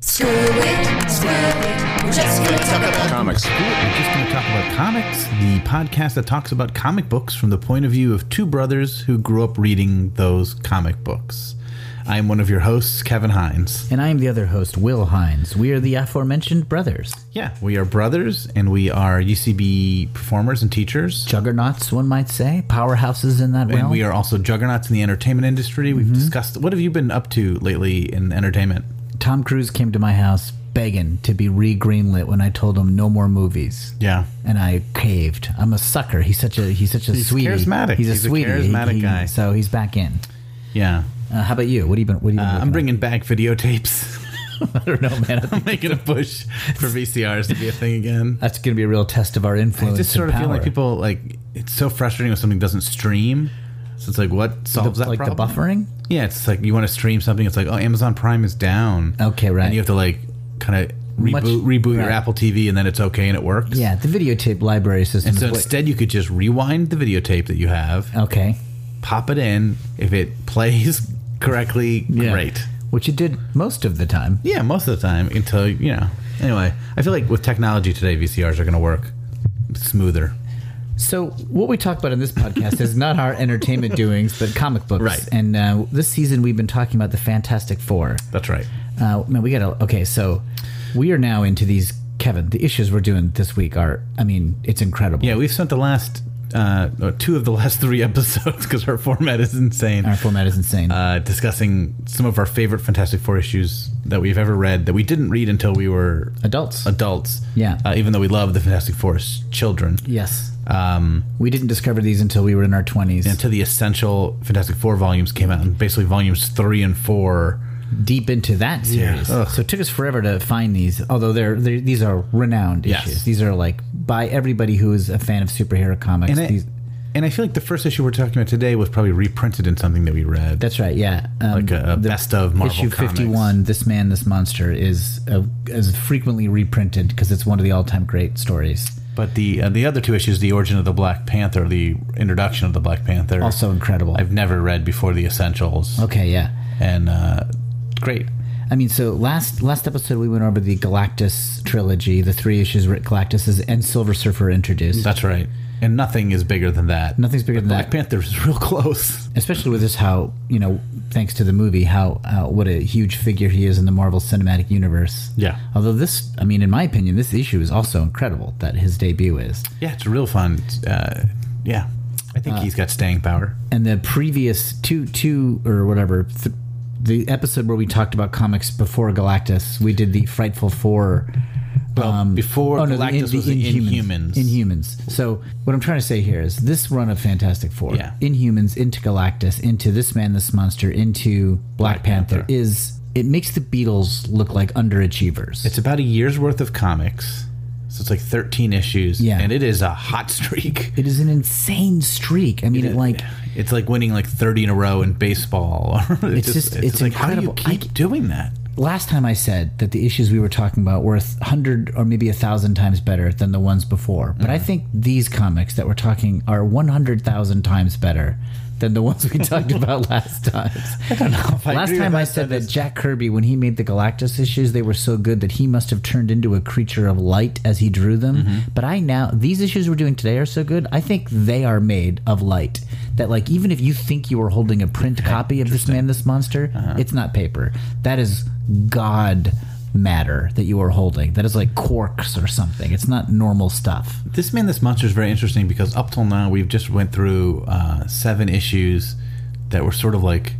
Screw it, screw it. We're just gonna talk about comics. Cool. We're just going to talk about comics, the podcast that talks about comic books from the point of view of two brothers who grew up reading those comic books. I am one of your hosts, Kevin Hines. And I am the other host, Will Hines. We are the aforementioned brothers. Yeah, we are brothers and we are UCB performers and teachers. Juggernauts, one might say. Powerhouses in that realm. and we are also juggernauts in the entertainment industry. We've discussed what have you been up to lately in entertainment? Tom Cruise came to my house begging to be re greenlit when I told him no more movies. Yeah. And I caved. I'm a sucker. He's such a he's such a He's sweetie. charismatic. He's a He's a sweetie. He- charismatic he- guy. So he's back in. Yeah. Uh, how about you? What have you been? What have you been Uh, I'm working bringing back videotapes. on? I don't know, man. I think Making a push for VCRs to be a thing again. that's going to be a real test of our influence. I just and sort of feel power. like people like it's so frustrating when something doesn't stream. So it's like what solves that like problem? the buffering. Yeah, it's like you want to stream something. It's like oh, Amazon Prime is down. Okay, right. And you have to like kind of reboot Much- reboot your right. Apple TV, and then it's okay and it works. Yeah, the videotape library system. And so is what- Oh. instead, you could just rewind the videotape that you have, okay. pop it in. If it plays correctly, great. Which it did most of the time. Yeah, most of the time until you know. Anyway, I feel like with technology today, VCRs are going to work smoother. So, what we talk about in this podcast is not our entertainment doings, but comic books. Right. And uh, this season, we've been talking about the Fantastic Four. That's right. Uh, man, we got to. Okay, so we are now into these. Kevin, the issues we're doing this week are, I mean, it's incredible. Yeah, we've spent the last uh, or two of the last three episodes because our format is insane. Our format is insane. Uh, discussing some of our favorite Fantastic Four issues that we've ever read that we didn't read until we were Adults. adults. Yeah. Uh, even though we love the Fantastic Four as children, yes. um, We didn't discover these until we were in our 20s, until the essential Fantastic Four volumes came out, and basically volumes three and four. deep into that series. Ugh. So it took us forever to find these, although they're, they're these are renowned Yes. issues. These are like by everybody who is a fan of superhero comics. And I, these, and I feel like the first issue we're talking about today was probably reprinted in something that we read. That's right. Yeah, um, like a, a the best of Marvel issue Comics. fifty-one. This man, this monster is uh is frequently reprinted because it's one of the all-time great stories. But the uh, the other two issues, the origin of the Black Panther, the introduction of the Black Panther, Also incredible. I've never read before the essentials, okay, yeah. and uh, great. I mean, so last last episode we went over the Galactus trilogy, the three issues where Galactus is and Silver Surfer introduced. That's right. And nothing is bigger than that. Nothing's bigger than Black that, Panther is real close. especially with this how you know, thanks to the movie, how uh, what a huge figure he is in the Marvel Cinematic Universe. Yeah. Although this, I mean, in my opinion, this issue is also incredible that his debut is. Yeah, it's real fun. Uh, yeah, I Uh, think he's got staying power. and the previous two two or whatever th- the episode where we talked about comics before Galactus, we did the Frightful Four. Well, before um, oh, no, the Galactus in- was the Inhumans. Inhumans. So what I'm trying to say here is this run of Fantastic Four, Yeah. Inhumans into Galactus, into this man, this monster, into Black, Black Panther, Panther. is it makes the Beatles look like underachievers. It's about a year's worth of comics, so it's like 13 issues. Yeah. and it is a hot streak. it is an insane streak. I mean, it, like it's like winning like 30 in a row in baseball. it's, just- it's like incredible. how do I you keep doing that? last time I said that the issues we were talking about were a hundred or maybe a thousand times better than the ones before, but I think these comics that we're talking are one hundred thousand times better than the ones we talked about last time. I don't know. I last agree with time I that, said that that Jack Kirby, when he made the Galactus issues, they were so good that he must have turned into a creature of light as he drew them. But I now these issues we're doing today are so good. I think they are made of light. That like even if you think you are holding a print copy of this man, this monster, it's not paper. That is God matter that you are holding. That is like quarks or something. It's not normal stuff. This man, this monster is very interesting because up till now we've just went through uh, seven issues that were sort of like,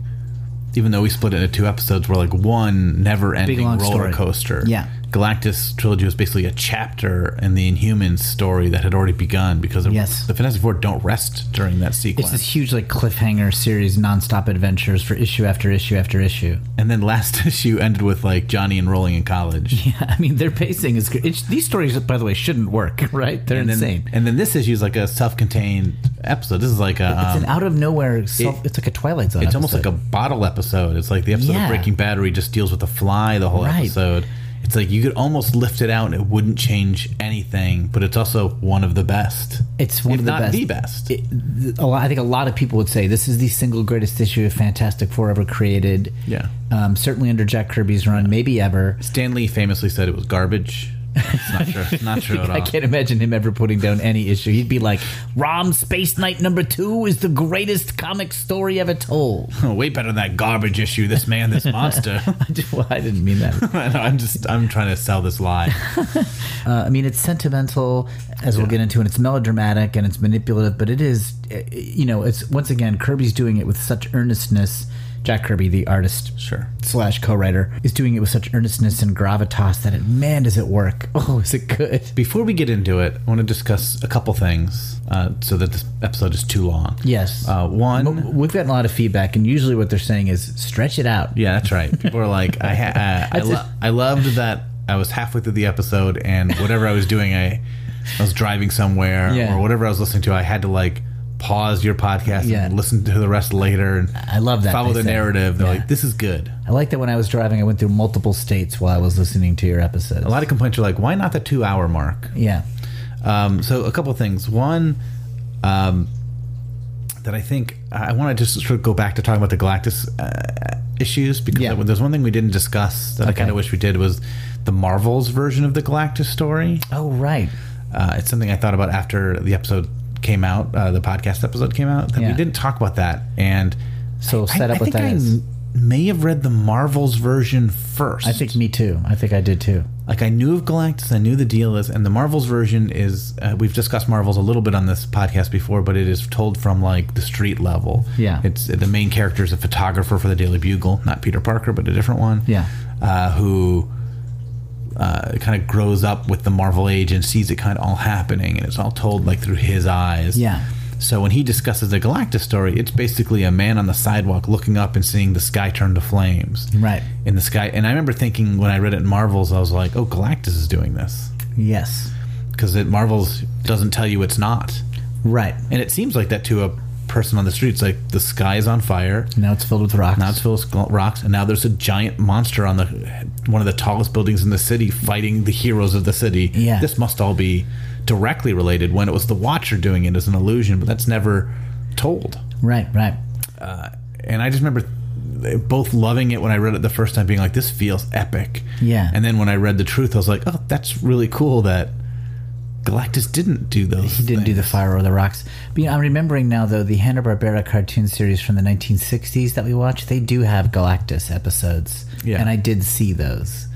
even though we split it into two episodes, were like one never-ending Big, long roller story. coaster. Yeah. Galactus trilogy was basically a chapter in the Inhumans story that had already begun because of- Yes. the Fantastic Four don't rest during that It's sequence. this huge like cliffhanger series, nonstop adventures for issue after issue after issue. and then last issue ended with like Johnny enrolling in college. I mean, their pacing is good. It's, these stories, by the way, shouldn't work, right? They're and then, insane. And then this issue is like a self-contained episode. This is like a. it's um, an out of nowhere. Self, it's like a Twilight Zone. it's almost like a bottle episode. It's like the episode Yeah. of Breaking Bad where he just deals with the fly the whole Right. episode, It's like you could almost lift it out and it wouldn't change anything, but it's also one of the best. It's one if of the not best. the best. It, th- a lot, I think a lot of people would say this is the single greatest issue of Fantastic Four ever created. Yeah. Um, certainly under Jack Kirby's run, maybe ever. Stanley famously said it was garbage. It's not true. Not true at all. I can't imagine him ever putting down any issue. He'd be like, "Rom Space Knight number two is the greatest comic story ever told." Way better than that garbage issue. This man, this monster. well, I didn't mean that. I know, I'm just. I'm trying to sell this lie. Uh, I mean, it's sentimental, as we'll get into, and it's melodramatic and it's manipulative, but it is, uh, you know, it's once again Kirby's doing it with such earnestness. Jack Kirby, the artist Sure. slash co-writer, is doing it with such earnestness and gravitas that it, man, does it work? Oh, is it good? Before we get into it, I want to discuss a couple things uh, so that this episode is too long. Yes. Uh, one. Um, We've gotten a lot of feedback, and usually what they're saying is stretch it out. Yeah, that's right. People are like, I ha- uh, I, That's lo- it. I loved that I was halfway through the episode and whatever I was doing, I I was driving somewhere Yeah. or whatever I was listening to, I had to like pause your podcast Yeah. and listen to the rest later and I love that. follow they the say. narrative. They're Yeah. like, this is good. I like that when I was driving, I went through multiple states while I was listening to your episodes. A lot of complaints are like, why not the two hour mark? Yeah. Um, so a couple things. One, um, that I think I want to just sort of go back to talking about the Galactus uh, issues because Yeah. there's one thing we didn't discuss that I Okay. kind of wish we did was the Marvels version of the Galactus story. Oh, right. Uh, it's something I thought about after the episode came out, uh, the podcast episode came out. That we Yeah. didn't talk about that, and So set up I what think that I is. m- May have read the Marvels version first. I think me too. I think I did too. like I knew of Galactus, I knew the deal is, and the Marvels version is uh, we've discussed Marvels a little bit on this podcast before, but it is told from like the street level. Yeah. it's the main character is a photographer for the Daily Bugle, not Peter Parker, but a different one. Yeah. uh, who uh, kind of grows up with the Marvel age and sees it kind of all happening, and it's all told like through his eyes. Yeah. So when he discusses the Galactus story, it's basically a man on the sidewalk looking up and seeing the sky turn to flames Right. in the sky. And I remember thinking when I read it in Marvels, I was like, "Oh, Galactus is doing this," Yes. because it Marvels doesn't tell you it's not, Right. and it seems like that to a person on the street. It's like the sky is on fire. Now it's filled with rocks. Now it's filled with gl- rocks, and now there's a giant monster on the one of the tallest buildings in the city, fighting the heroes of the city. Yeah. this must all be directly related. When it was the Watcher doing it as an illusion, but that's never told. right. Right. and I just remember both loving it when I read it the first time, being like, "This feels epic." Yeah. And then when I read the truth, I was like, "Oh, that's really cool that Galactus didn't do those. He didn't do the fire or the rocks. But you know, I'm remembering now though the Hanna Barbera cartoon series from the 1960s that we watched. They do have Galactus episodes, Yeah. and I did see those.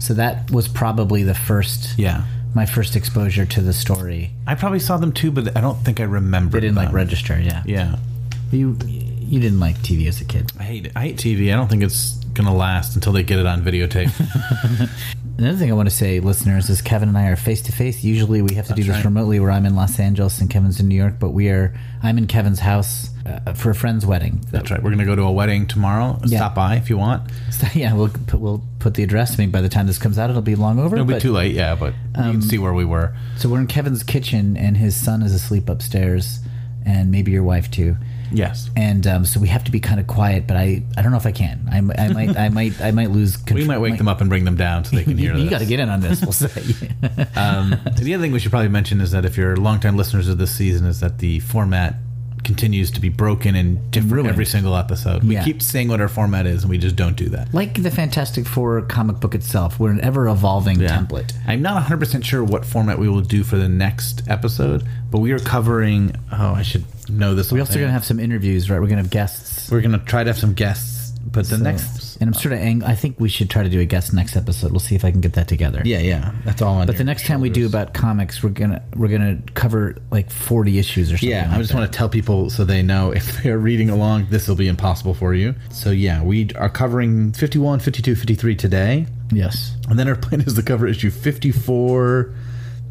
So that was probably the first. Yeah. My first exposure to the story. I probably saw them too, but I don't think I remember. They didn't like them. register. Yeah. Um, Yeah. You you didn't like TV as a kid. I hate it. I hate TV. I don't think it's gonna last until they get it on videotape. Another thing I want to say, listeners, is Kevin and I are face to face. Usually, we have to do this right. remotely, where I'm in Los Angeles and Kevin's in New York. But we are, I'm in Kevin's house uh, for a friend's wedding. that's right. We're gonna go to a wedding tomorw. Yeah. Stop by if you want. So, yeah, we'll put, we'll put the address. I mean, by the time this comes out, it'll be long over. It'll be but- um, too late. Yeah, but you can see where we were. so we're in Kevin's kitchen, and his son is asleep upstairs, and maybe your wife too. Yes. And um, so we have to be kind of quiet. But I, I don't know if I can. I, m- I might, I might, I might lose. Control. We might wake them up and bring them down so they can hear You, this. got to get in on this. We'll say. Um, the other thing we should probably mention is that if you're longtime listeners of this season, is that the format continues to be broken and different Ruined. every single episode. We Yeah. keep saying what our format is, and we just don't do that. like the Fantastic Four comic book itself, we're an ever evolving template. I'm not 100% sure what format we will do for the next episode, but we are covering. Oh, I should know this. We're also going to have some interviews, right? We're going to have guests. We're going to try to have some guests, but the next. and I'm sort of ang- I think we should try to do a guest next episode. We'll see if I can get that together. Yeah, yeah. That's all on But the next time we do about comics, we're gonna we're gonna cover like 40 issues or something. Yeah, like I just that. want to tell people so they know if they're reading along, this will be impossible for you. So, yeah, we are covering 51, 52, 53 today. Yes. And then our plan is to cover issue 54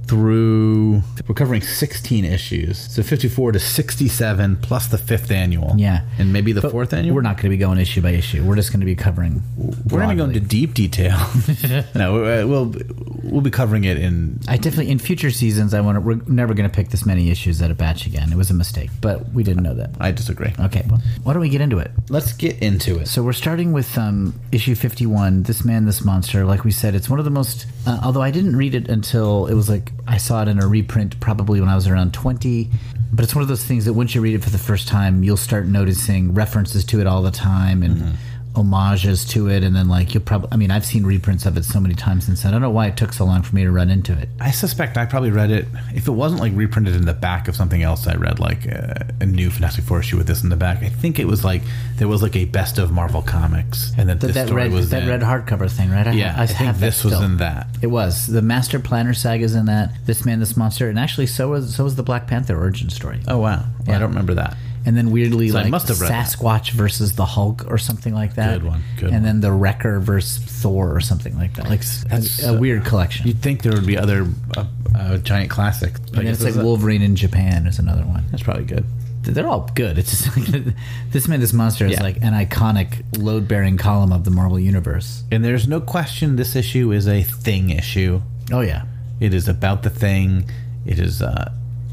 through. We're covering 16 issues. So 54 to 67 plus the fifth annual. Yeah. And maybe the But fourth annual? We're not going to be going issue by issue. We're just going to be covering. We're going to go into deep detail. no, uh, we'll we'll be covering it in I definitely in future seasons. I want to. We're never going to pick this many issues at a batch again. It was a mistake, but we didn't know that. I disagree. Okay, well, why don't we get into it? Let's get into it. So we're starting with um, issue 51, This Man, This Monster. Like we said, it's one of the most, uh, although I didn't read it until it was like, I saw it in a reprint probably when I was around 20. But it's one of those things that once you read it for the first time, you'll start noticing references to it all the time and homages to it. And then, like, you'll probably, I mean, I've seen reprints of it so many times since then. I don't know why it took so long for me to run into it. I suspect I probably read it if it wasn't like reprinted in the back of something else. I read like a, a new Fantastic Four issue with this in the back. I think it was like there was like a best of Marvel comics, and that, That, this that, story red, was that in. red hardcover thing, right? I, Yeah, I, I, think have that this was still. in that. It was the Master Planner saga's in that. This man, this monster, and actually, so was so was the Black Panther origin story. Oh wow, Well, I don't remember that. And then weirdly, I like must have read that. Sasquatch versus the Hulk or something like that. Good one, good and one. then the Wrecker versus Thor or something like that. Like s- That's, uh, a, a weird collection. You'd think there would be other uh, uh, giant classics. but I and then guess it's like this is- Wolverine in Japan is another one. that's probably good. They're all good. It's just like this man, this monster is Yeah. like an iconic load bearing column of the Marvel universe. And there's no question this issue is a thing issue. Oh yeah, It is about the thing. It is. Uh,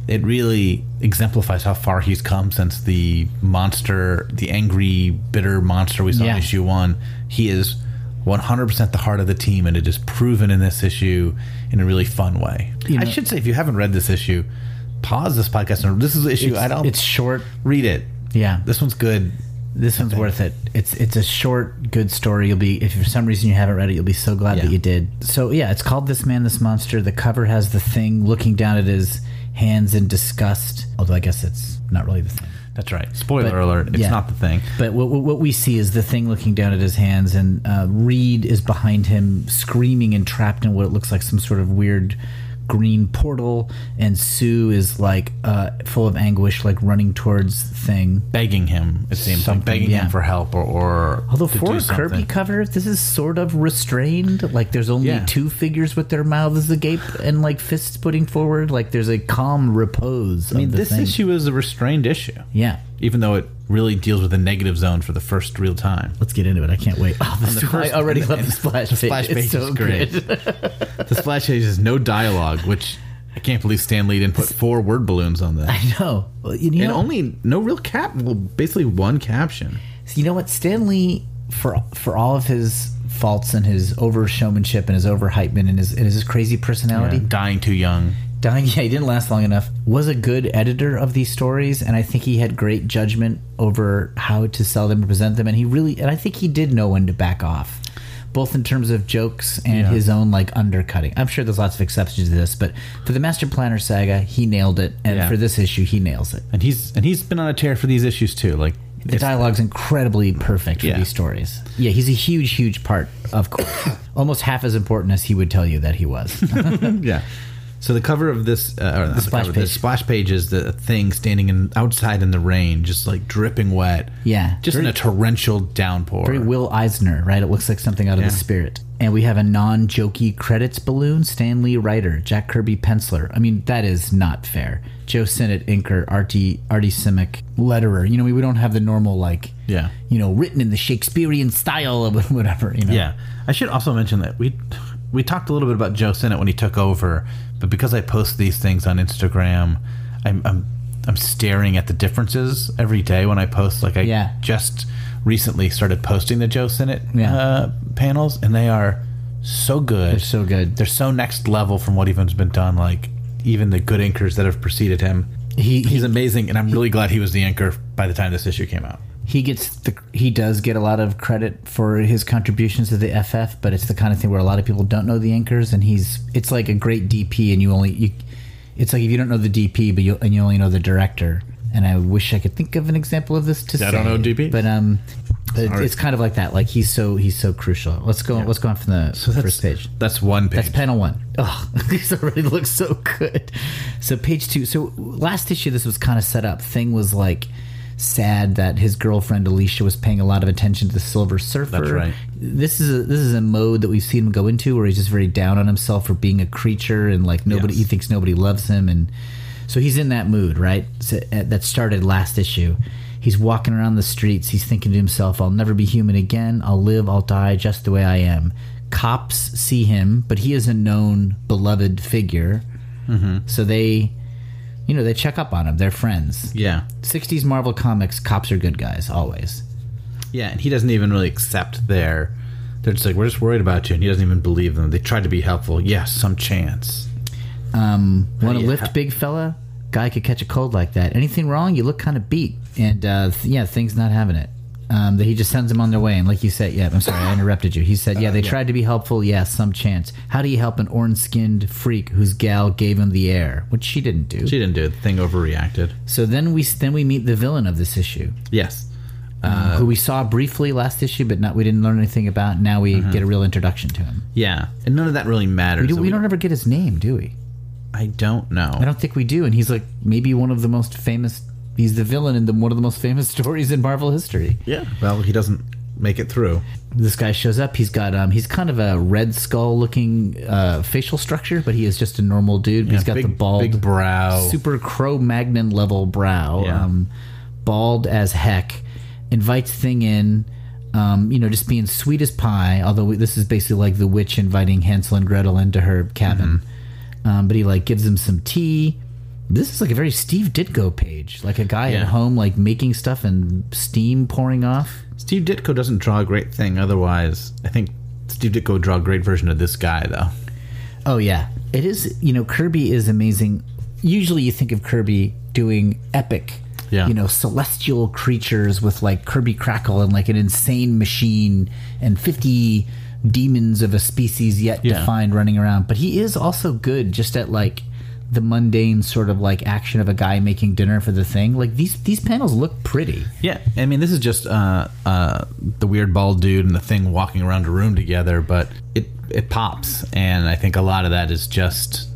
it really exemplifies how far he's come since the monster, the angry, bitter monster we saw Yeah. in issue one. He is 100% the heart of the team, and it is proven in this issue in a really fun way. You I know- should say, if you haven't read this issue, pause this podcast. And this is the issue. I don't It's short. read it. Yeah, This one's good. This one's worth it. It's it's a short, good story. You'll be if for some reason you haven't read it, you'll be so glad Yeah. that you did. So yeah, it's called This Man, This Monster. The cover has the thing looking down at his hands in disgust. Although I guess it's not really the thing. That's right. Spoiler But- alert. It's yeah. not the thing. But what, what what we see is the thing looking down at his hands, and uh, Reed is behind him, screaming and trapped in what it looks like some sort of weird green portal. And Sue is like uh, full of anguish, like running towards thing. Begging him, it seems. Like Something, begging yeah. him for help or. or Although to do for a Kirby something. cover, this is sort of restrained. Like there's only Yeah. two figures with their mouths agape and like fists putting forward. Like there's a calm repose. I mean, of the this thing. issue is a restrained issue. Yeah, even though it really deals with the negative zone for the first real time. let's get into it. I can't wait. Oh, this, the first- I already and- love and the splash page. splash page it's so is great. good. The splash page is no dialogue, which I can't believe Stan Lee didn't put four word balloons on that. I know. Well, You know, And only no real cap, well, basically one caption. you know what? Stanley, for for all of his faults and his over showmanship and his over hypeman and his and his crazy personality, Dying too young. Dying, yeah, he didn't last long enough. Was a good editor of these stories, and I think he had great judgment over how to sell them, and present them, and he really, and I think he did know when to back off, both in terms of jokes and Yeah. his own like undercutting. I'm sure there's lots of exceptions to this, but for the Master Planner saga, he nailed it, and Yeah. for this issue, he nails it. And he's and he's been on a tear for these issues too. Like The it's- dialogue's incredibly perfect for Yeah. these stories. Yeah, he's a huge, huge part of, almost half as important as he would tell you that he was. yeah. So the cover of this, uh, or not the splash cover, the page. splash page is the thing standing in outside in the rain, just like dripping wet. Yeah. just in a torrential downpour. Very Will Eisner, right? It looks like something out of Yeah. the spirit. And we have a non jokey credits balloon Stan Lee writer, Jack Kirby penciler. I mean, that is not fair. Joe Sinnott, inker, Artie, Artie Simic, letterer. You know, we, we don't have the normal, like, Yeah. you know, written in the Shakespearean style or whatever, you know. Yeah, I should also mention that we we talked a little bit about Joe Sinnott when he took over, but because I post these things on Instagram, I'm I'm, I'm staring at the differences every day when I post. Like I Yeah. just recently started posting the Joe Sinnott Yeah. uh, panels, and they are so good. They're so good. They're so next level from what even's been done. Like even the good inkers that have preceded him. He- he's amazing, and I'm really glad he was the anchor by the time this issue came out. he gets the he does get a lot of credit for his contributions to the FF, but it's the kind of thing where a lot of people don't know the anchors, and he's it's like a great DP, and you only you, it's like if you don't know the DP, but you and you only know the director. And I wish I could think of an example of this to say. I don't know DPs. but um, it, Sorry. it's kind of like that. Like he's so he's so crucial. Let's go. Let's go on from the first page. That's one page. That's panel one. Oh, this already looks so good. So page two. So last issue, this was kind of set up. Thing was like sad that his girlfriend Alicia was paying a lot of attention to the Silver Surfer. That's right. This is a, this is a mode that we've seen him go into where he's just very down on himself for being a creature and like nobody Yes. he thinks nobody loves him and so he's in that mood, right? So, uh, that started last issue. He's walking around the streets. He's thinking to himself, "I'll never be human again. I'll live. I'll die just the way I am." Cops see him, but he is a known beloved figure. Mm-hmm. So they, you know, they check up on him. They're friends. Yeah. 60s Marvel comics, cops are good guys always. Yeah, and he doesn't even really accept their. They're just like, we're just worried about you, and he doesn't even believe them. They tried to be helpful. Yes, some chance. Um, Want to yeah. lift, big fella? Guy could catch a cold like that. Anything wrong? You look kind of beat. And uh, th- yeah, things not having it. Um, that he just sends them on their way. And like you said, yeah, I'm sorry, I interrupted you. He said, yeah, they tried to be helpful. Yeah, some chance. How do you help an orange skinned freak whose gal gave him the air? Which she didn't do. She didn't do it. The thing overreacted. so then we then we meet the villain of this issue, Yes. who we saw briefly last issue, but not we didn't learn anything about. Now we Uh-huh. get a real introduction to him. Yeah. And none of that really matters. We, do, So we don't ever get his name, do we? I don't know. I don't think we do. And he's like maybe one of the most famous. He's the villain in the, one of the most famous stories in Marvel history. yeah. Well, he doesn't make it through. This guy shows up. He's got um. He's kind of a Red Skull looking uh, facial structure, but he is just a normal dude. he's got big, the bald, big brow. super Cro Magnon level brow. Yeah. Um, bald as heck. Invites Thing in. Um, you know, just being sweet as pie. Although this is basically like the witch inviting Hansel and Gretel into her cabin. Mm-hmm. Um, but he like gives him some tea. This is like a very Steve Ditko page, like a guy Yeah. at home like making stuff and steam pouring off. Steve Ditko doesn't draw a great thing. Otherwise, I think Steve Ditko would draw a great version of this guy, though. Oh yeah, it is. You know, Kirby is amazing. Usually, you think of Kirby doing epic, Yeah. you know, celestial creatures with like Kirby Crackle and like an insane machine and fifty demons of a species yet Yeah. defined running around. But he is also good just at like the mundane sort of like action of a guy making dinner for the thing. Like these these panels look pretty. Yeah, I mean, this is just uh, uh, the weird bald dude and the thing walking around a room together, but it it pops, and I think a lot of that is just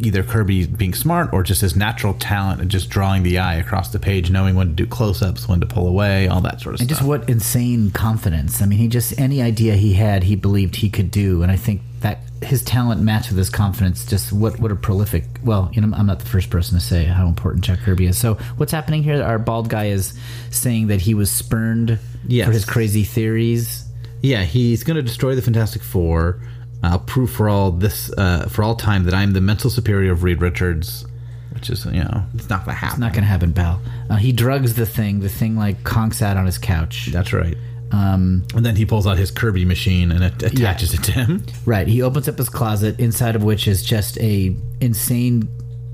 either Kirby being smart or just his natural talent and just drawing the eye across the page, knowing when to do close-ups, when to pull away, all that sort of And stuff. just what insane confidence. I mean, he just any idea he had, he believed he could do, and I think that his talent matched with his confidence. Just what what a prolific. Well, you know, I'm not the first person to say how important Jack Kirby is. So what's happening here? Our bald guy is saying that he was spurned Yes. for his crazy theories. Yeah, he's going to destroy the Fantastic Four. I'll prove for all this uh, for all time that I'm the mental superior of Reed Richards, which is you know it's not going to happen. Not gonna happen, pal. Uh, he drugs the thing. The thing like conks out on his couch. That's right. Um, and then he pulls out his Kirby machine and it attaches it to him. Right. He opens up his closet, inside of which is just a insane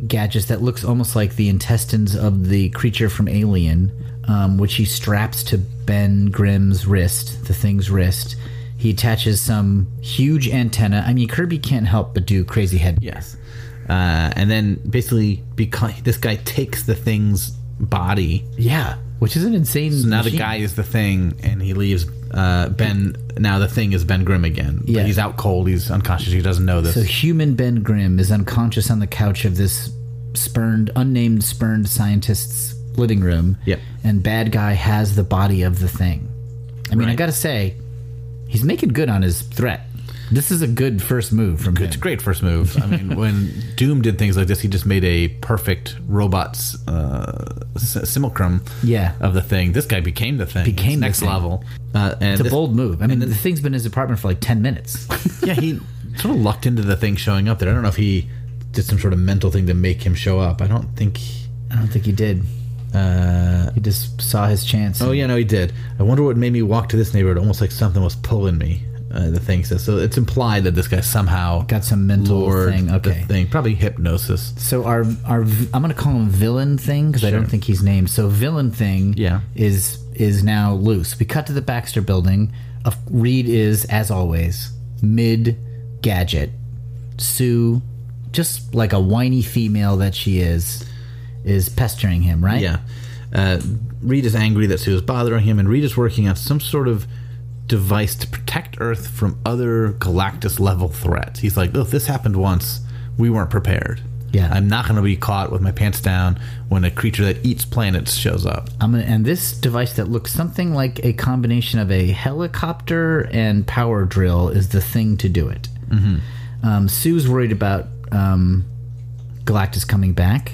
gadget that looks almost like the intestines of the creature from Alien, um, which he straps to Ben Grimm's wrist, the thing's wrist. He attaches some huge antenna. I mean, Kirby can't help but do crazy head. Yes. Uh, and then basically, because this guy takes the thing's body. Yeah, which is an insane. So now the machine. guy is the thing, and he leaves uh, Ben. Now the thing is Ben Grimm again. But Yeah. he's out cold. He's unconscious. He doesn't know this. So human Ben Grimm is unconscious on the couch of this spurned, unnamed spurned scientist's living room. Yep. And bad guy has the body of the thing. I mean, I Right. gotta say, he's making good on his threat. This is a good first move from it's a him. great first move. I mean, when Doom did things like this, he just made a perfect robot's uh, s- simulacrum Yeah. of the thing. This guy became the thing. Became It's the next thing. level. Uh, and It's a this- bold move. I mean, the thing's been in his apartment for like ten minutes. yeah, he sort of lucked into the thing showing up there. I don't know if he did some sort of mental thing to make him show up. I don't think. I don't think he did. Uh, He just saw his chance. oh yeah, no, he did. I wonder what made me walk to this neighborhood. Almost like something was pulling me. Uh, the thing says so. It's implied that this guy somehow Got some mental lured thing. the Okay. thing probably hypnosis. So our our I'm gonna call him villain thing because I Sure. don't think he's named. So villain thing Yeah. is is now loose. We cut to the Baxter building. Of Reed is as always mid gadget. Sue, just like a whiny female that she is, is pestering him. Right? Yeah. Uh, Reed is angry that Sue is bothering him, and Reed is working on some sort of device to protect Earth from other Galactus level threats. He's like, oh, if this happened once, we weren't prepared. Yeah. I'm not going to be caught with my pants down when a creature that eats planets shows up. I'm gonna, and this device that looks something like a combination of a helicopter and power drill is the thing to do it. Mm-hmm. Um, Sue's worried about um, Galactus coming back.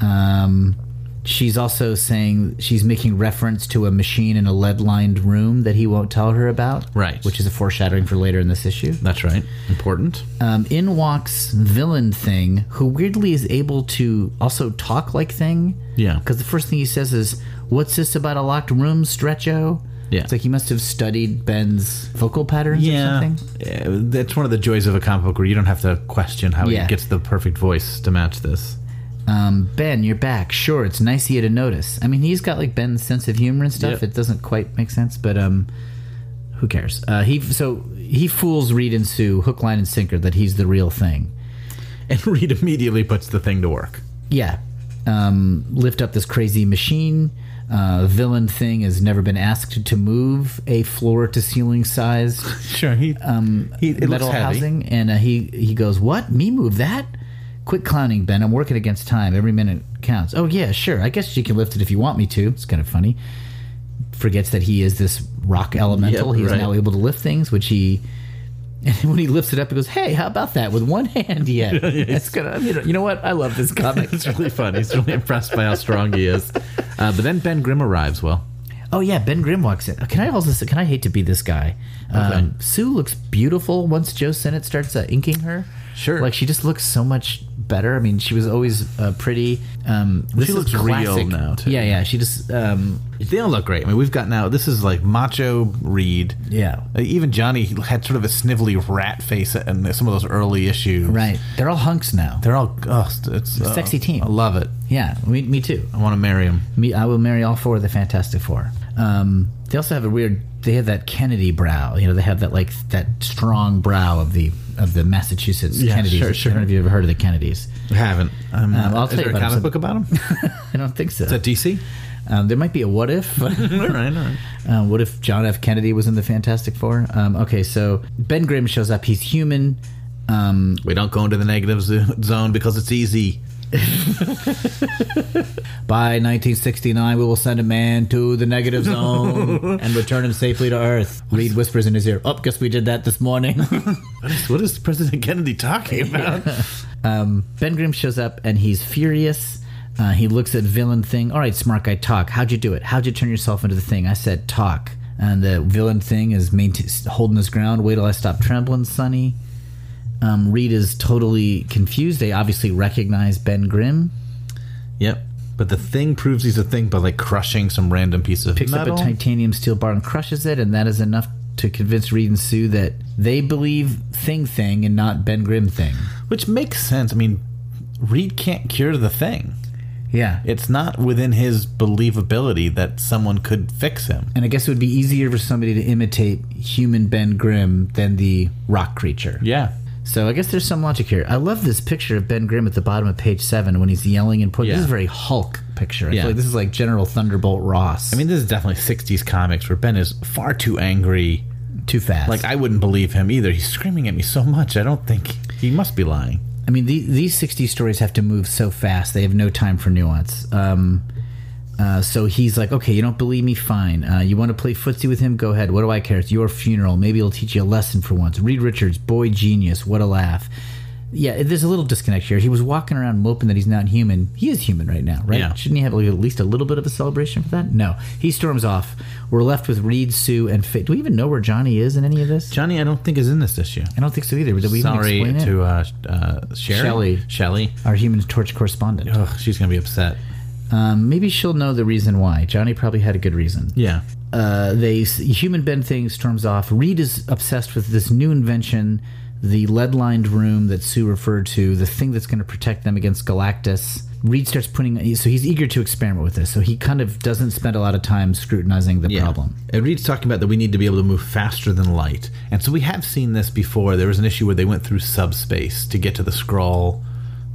Um, she's also saying she's making reference to a machine in a lead-lined room that he won't tell her about, Right. Which is a foreshadowing for later in this issue That's right. Important. um, in walks villain thing, who weirdly is able to also talk like thing. Yeah. Because the first thing he says is, "What's this about a locked room, Stretcho?" Yeah. It's like he must have studied Ben's vocal patterns or Yeah, something. Yeah, Uh, that's one of the joys of a comic book where you don't have to question how Yeah. he gets the perfect voice to match this. Um, ben, you're back. Sure, it's nice of you to notice. I mean, he's got like Ben's sense of humor and stuff. Yep. It doesn't quite make sense, but um, who cares? Uh, he so he fools Reed and Sue, hook, line, and sinker, that he's the real thing. And Reed immediately puts the thing to work. yeah um, lift up this crazy machine uh, villain thing has never been asked to move a floor to ceiling size Sure, he um he it metal housing and uh, he he goes what me move that quit clowning ben i'm working against time every minute counts oh yeah sure i guess you can lift it if you want me to it's kind of funny forgets that he is this rock elemental Yep, he's right. now able to lift things which he and when he lifts it up he goes hey how about that with one hand yeah that's gonna you know, you know what i love this comic It's really fun. He's really impressed by how strong he is. Uh, but then Ben Grimm arrives. Well, Oh yeah, Ben Grimm walks in. Can I also say- can I hate to be this guy? Um, Sue looks beautiful once Joe Sennett starts uh, inking her. Sure. like she just looks so much better. I mean, she was always uh, pretty. Um, this She is looks real classic- now, too. Yeah, yeah. She just um, they all look great. I mean, we've got now. This is like macho Reed. yeah. Uh, Even Johnny had sort of a snivelly rat face in some of those early issues. Right, they're all hunks now. They're all. Oh, it's uh, Sexy team. I love it. yeah, me, me too. I want to marry him. Me, I will marry all four of the Fantastic Four. Um, they also have a weird. They have that Kennedy brow. You know, they have that like that strong brow of the of the Massachusetts Yeah, Kennedys. sure, I don't sure. know if you've ever heard of the Kennedys. I haven't. Um, Um, I'll is tell you there about a comic him some- book about him? I don't think so. Is that DC? Um, there might be a what if. all right, all right. um, what if John F. Kennedy was in the Fantastic Four? Um, okay, so Ben Grimm shows up. He's human. Um, We don't go into the negative zo- zone because it's easy. by 1969, we will send a man to the negative zone and return him safely to Earth. Reed whispers in his ear, "Up, guess we did that this morning." What is, what is President Kennedy talking about? um, ben Grimm shows up and he's furious. Uh, he looks at villain thing. All right, smart guy, talk. How'd you do it? How'd you turn yourself into the thing? I said talk. And the villain thing is mainta- holding his ground. Wait till I stop trembling, Sonny. Um, Reed is totally confused. They obviously recognize Ben Grimm. Yep. But the thing proves he's a thing by like crushing some random piece of Picks metal. up a titanium steel bar and crushes it, and that is enough to convince Reed and Sue that they believe Thing Thing and not Ben Grimm Thing. which makes sense. I mean, Reed can't cure the thing. Yeah. It's not within his believability that someone could fix him. And I guess it would be easier for somebody to imitate human Ben Grimm than the rock creature. Yeah. So I guess there's some logic here. I love this picture of Ben Grimm at the bottom of page seven when he's yelling and pointing. Yeah. This is a very Hulk picture. I Yeah. feel like this is like General Thunderbolt Ross. I mean, this is definitely 60s comics where Ben is far too angry. too fast. Like, I wouldn't believe him either. He's screaming at me so much. I don't think he must be lying. I mean, the, these 60 stories have to move so fast. They have no time for nuance. Um, uh, so he's like, okay, you don't believe me? Fine. Uh, you want to play footsie with him? Go ahead. What do I care? It's your funeral. Maybe it'll teach you a lesson for once. Reed Richards, boy genius. What a laugh. Yeah, there's a little disconnect here. He was walking around moping that he's not human. He is human right now, right? Yeah. Shouldn't he have like, at least a little bit of a celebration for that? No. He storms off. We're left with Reed, Sue, and Fit. Do we even know where Johnny is in any of this? Johnny, I don't think, is in this issue. I don't think so either. Did we even Sorry explain it? to uh, uh, Sherry. Shelley. Shelley. Our human torch correspondent. Ugh, she's going to be upset. Um, maybe she'll know the reason why. Johnny probably had a good reason. Yeah. Uh, they human Ben thing storms off. Reed is obsessed with this new invention, the lead-lined room that Sue referred to, the thing that's going to protect them against Galactus. Reed starts putting, so he's eager to experiment with this. So he kind of doesn't spend a lot of time scrutinizing the Yeah. problem. And Reed's talking about that we need to be able to move faster than light. And so we have seen this before. There was an issue where they went through subspace to get to the scroll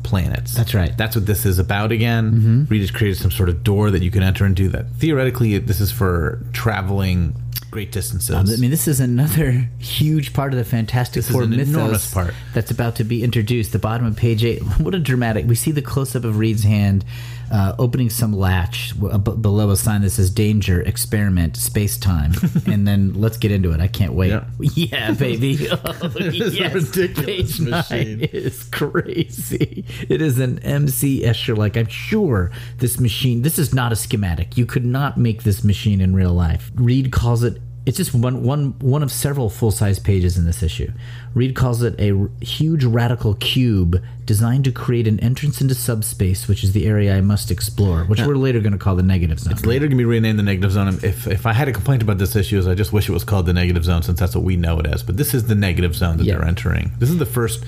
planets. That's right. Mm-hmm. That's what this is about again. Reed has created some sort of door that you can enter into that theoretically this is for traveling great distances. I mean, this is another huge part of the Fantastic This is Four an mythos enormous part. that's about to be introduced. The bottom of page eight. What a dramatic! We see the close-up of Reed's hand uh, opening some latch w- ab- below a sign that says "Danger Experiment Space Time," and then let's get into it. I can't wait. Yeah. Yeah, baby. Oh, is a yes. ridiculous page nine machine. is crazy. It is an MC Escher. Like I'm sure this machine. This is not a schematic. You could not make this machine in real life. Reed calls it. It's just one one one of several full size pages in this issue. Reed calls it a r- huge radical cube designed to create an entrance into subspace, which is the area I must explore. Which we're later going to call the negative zone. Later can be renamed the negative zone. If if I had a complaint about this issue, is I just wish it was called the negative zone since that's what we know it as. But this is the negative zone that Yeah. they're entering. This is the first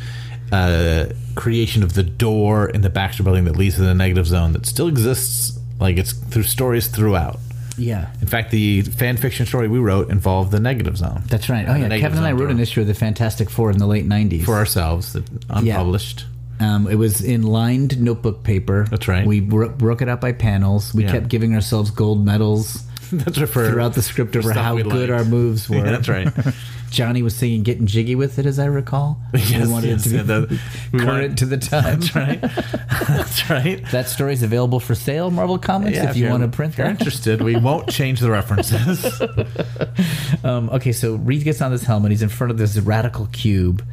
uh, creation of the door in the Baxter Building that leads to the negative zone that still exists. Like it's through stories throughout. yeah. In fact, the fan fiction story we wrote involved the negative zone. That's right. Oh The yeah, negative Kevin and I zone wrote an door. issue of the Fantastic Four in the late '90s. for ourselves, that unpublished. Um, it was in lined notebook paper. That's right. We bro- broke it up by panels. We Yeah. kept giving ourselves gold medals That's referred throughout the script over stuff how we good liked. our moves were. Yeah, that's right. Johnny was singing "Getting Jiggy with It," as I recall. Yes, we wanted yes, it to be yeah, the- we current wanted- to the time. That's right. That's right. That story's available for sale, Marvel Comics, Yeah, if you you're- want to print if you're that. interested, we won't change the references. Um, okay, so Reed gets on this helmet. He's in front of this radical cube.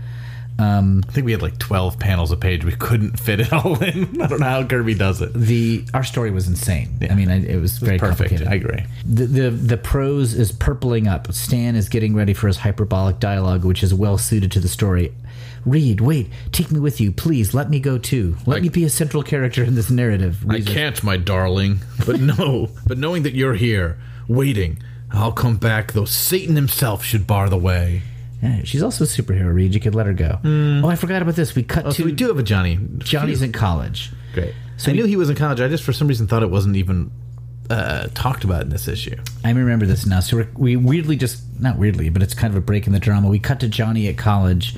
Um, I think we had like 12 panels a page. We couldn't fit it all in. I don't know how Kirby does it. the our story was insane. I mean, I, it was very Perfect. complicated. I agree. the, the the prose is purpling up. Stan is getting ready for his hyperbolic dialogue, which is well suited to the story. Reed, wait, take me with you, please. Let me go too. Let I- me be a central character in this narrative. I Reed's like, can't, my darling. But no, but knowing that you're here, waiting, I'll come back, though Satan himself should bar the way. "Yeah, she's also a superhero. Reed, you could let her go. Oh, I forgot about this. We cut to Oh, So Hmm. we do have a Johnny. Johnny's in college. Great. I knew he was in college. I just, for some reason, thought it wasn't even uh, talked about in this issue. I remember this now. So we're, we weirdly just not weirdly, but it's kind of a break in the drama. We cut to Johnny at college,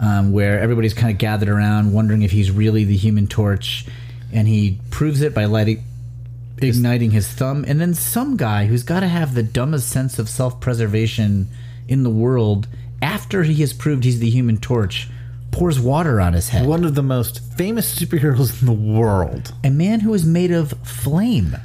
um, where everybody's kind of gathered around, wondering if he's really the Human Torch, and he proves it by lighting. Igniting his thumb, and then some guy who's got to have the dumbest sense of self preservation in the world after he has proved he's the human torch pours water on his head. One of the most famous superheroes in the world. A man who is made of flame.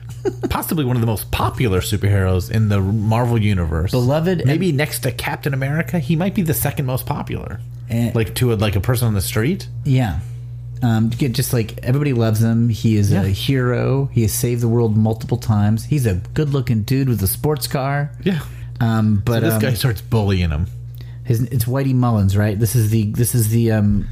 possibly one of the most popular superheroes in the Marvel universe. Beloved and- maybe next to Captain America, he might be the second most popular. Eh. like to a, like a person on the street. Yeah. Um, get- just like everybody loves him. He is a hero. He has saved the world multiple times. He's a good looking dude with a sports car. Yeah, Um, but this um, guy starts bullying him. his, it's Whitey Mullins, right? This is the this is the um,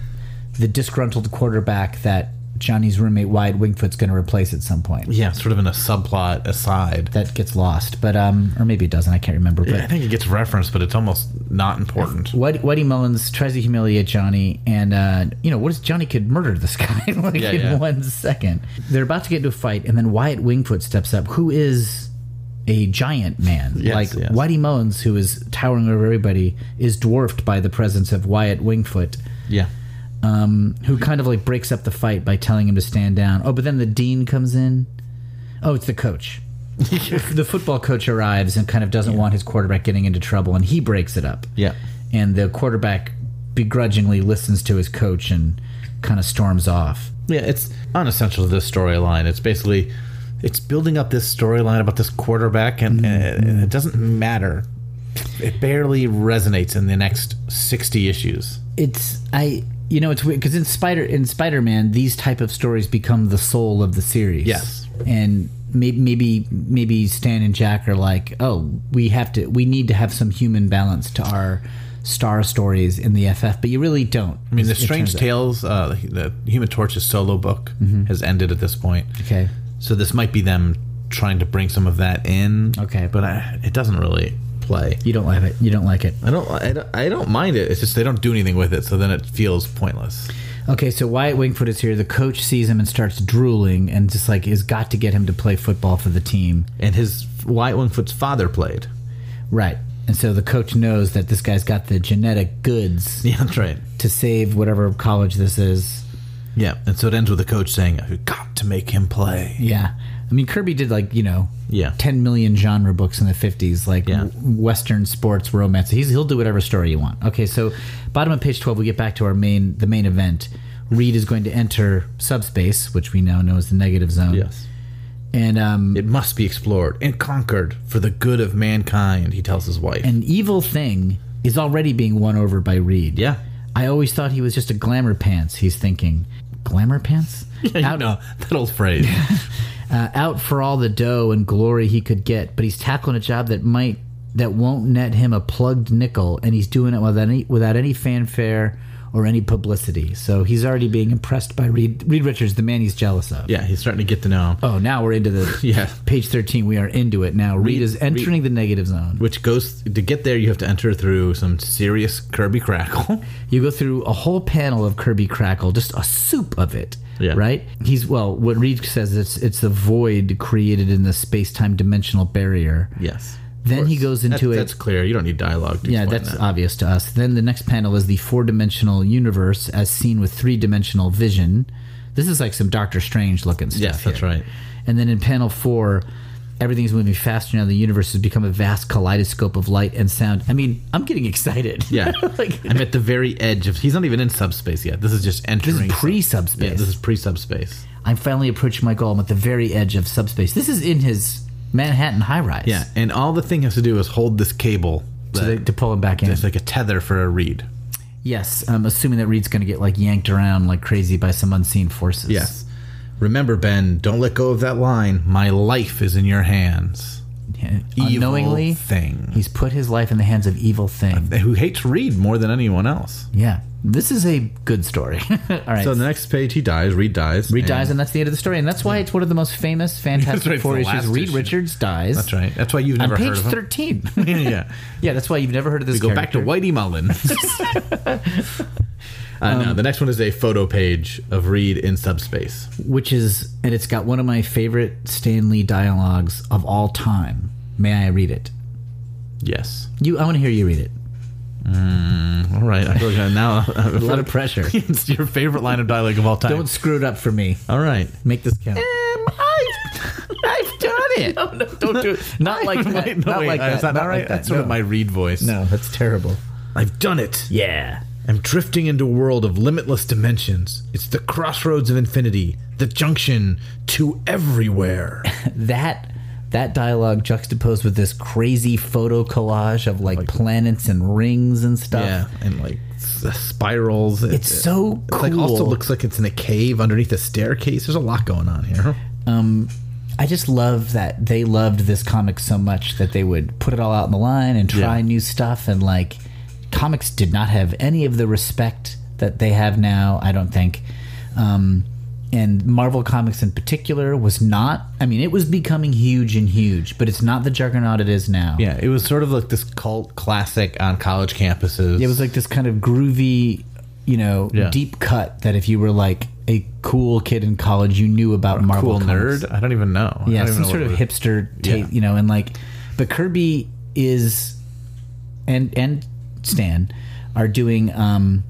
the disgruntled quarterback that Johnny's roommate Wyatt Wingfoot's going to replace at some point. Yeah, sort of in a subplot aside. That gets lost, but um, or maybe it doesn't. I can't remember. But I think it gets referenced, but it's almost not important. Whitey, Whitey Mullins tries to humiliate Johnny, and uh, you know what is Johnny could murder this guy like Yeah, in yeah. one second. They're about to get into a fight, and then Wyatt Wingfoot steps up, who is a giant man. Yes, like yes. Whitey Mullins, who is towering over everybody, is dwarfed by the presence of Wyatt Wingfoot, Yeah, um, who kind of like breaks up the fight by telling him to stand down. Oh, but then the dean comes in. Oh, it's the coach. the football coach arrives and kind of doesn't want his quarterback getting into trouble, and he breaks it up yeah. and the quarterback begrudgingly listens to his coach and kind of storms off. Yeah, it's unessential to this storyline. It's basically it's building up this storyline about this quarterback, and, and it doesn't matter. It barely resonates in the next sixty issues. It's I you know it's weird because in Spider in Spider Man these type of stories become the soul of the series. Yes. and maybe maybe maybe Stan and Jack are like, oh, we have to we need to have some human balance to our star stories in the FF, but you really don't. I mean, the Strange Tales, uh, the Human Torch's solo book has ended at this point. Okay. So this might be them trying to bring some of that in. Okay. But I, it doesn't really play. You don't like it. You don't like it. I don't, I don't. I don't mind it. It's just they don't do anything with it, so then it feels pointless. Okay, so Wyatt Wingfoot is here. The coach sees him and starts drooling, and just like has got to get him to play football for the team. And his Wyatt Wingfoot's father played. Right. And so the coach knows that this guy's got the genetic goods Yeah, that's right. to save whatever college this is. Yeah, and so it ends with the coach saying, "I've got to make him play." Yeah. I mean, Kirby did like you know, Yeah. ten million genre books in the fifties, like Yeah. w- Western sports romance. He's he'll do whatever story you want. Okay, so bottom of page twelve, we get back to our main the main event. Reed is going to enter subspace, which we now know is the negative zone. Yes. and um, It must be explored and conquered for the good of mankind, he tells his wife. an evil thing is already being won over by Reed. yeah. I always thought he was just a glamour pants. He's thinking, glamour pants? I know that old phrase. Uh, out for all the dough and glory he could get, but he's tackling a job that might that won't net him a plugged nickel, and he's doing it without any without any fanfare or any publicity. So he's already being impressed by Reed Reed Richards, the man he's jealous of. yeah, he's starting to get to know him. Oh, now we're into the Yeah. page thirteen. We are into it now. Reed, Reed- is entering the negative zone. Which goes to get there, you have to enter through some serious Kirby crackle. You go through a whole panel of Kirby Crackle, just a soup of it. Yeah. Right? He's well, what Reed says it's it's the void created in the space time dimensional barrier. yes. Then Of he course. goes into That- it. That's clear. You don't need dialogue. To yeah, explain that's that. obvious to us. Then the next panel is the four dimensional universe as seen with three dimensional vision. This is like some Doctor Strange looking stuff. Yes, that's here. right. And then in panel four, everything's moving faster now. The universe has become a vast kaleidoscope of light and sound. I mean, I'm getting excited. Yeah. like, I'm at the very edge of. He's not even in subspace yet. This is just this entering. is sub- pre subspace. Yeah, this is pre subspace. I'm finally approaching my goal. I'm at the very edge of subspace. This is in his Manhattan high rise. Yeah, and all the thing has to do is hold this cable. So they, that- to pull him back in. it's like a tether for a reed. Yes. I'm assuming that Reed's going to get like yanked around like crazy by some unseen forces. Yes. Remember, Ben, don't let go of that line. My life is in your hands. Yeah. Evil Unknowingly, thing. he's put his life in the hands of evil thing. Who hates Reed more than anyone else. Yeah. This is a good story. All right. So the next page, he dies. Reed dies. Reed dies, and that's the end of the story. And that's why it's one of the most famous, That's right, fantastic it's four the issues. last Reed issue. Richards dies. That's right. That's why you've On never page heard of him. 13. yeah. yeah, that's why you've never heard of this Go back to character. Whitey Mullen. uh, no, the next one is a photo page of Reed in subspace. which is and it's got one of my favorite Stan Lee dialogues of all time. May I read it? Yes. You, I want to hear you read it. All right. I feel like now uh, A lot of pressure. it's your favorite line of dialogue of all time. Don't screw it up for me. All right. Make this count. Um, I've, I've done it. No, no, Don't do it. Not like that. Wait, no, not wait, like that. Is that not not right? Like that. That's sort of No. my Reed voice. No, that's terrible. I've done it. Yeah. I'm drifting into a world of limitless dimensions. It's the crossroads of infinity, the junction to everywhere. That that dialogue juxtaposed with this crazy photo collage of like, planets and rings and stuff. and like s- spirals. It- It's so it, Like also cool. looks like it's in a cave underneath a staircase. There's a lot going on here. I just love that they loved this comic so much that they would put it all out in the line and try Yeah. new stuff and like comics did not have any of the respect that they have now, I don't think. Um and Marvel Comics in particular was not I mean it was becoming huge and huge, but it's not the juggernaut it is now. Yeah, it was sort of like this cult classic on college campuses. It was like this kind of groovy, you know, Yeah. deep cut that if you were like a cool kid in college, you knew about Marvel cool Comics. nerd. I don't even know. I yeah, don't even some know sort what it of was. hipster Yeah. tape, you know, and like, but Kirby is, and and Stan are doing, um,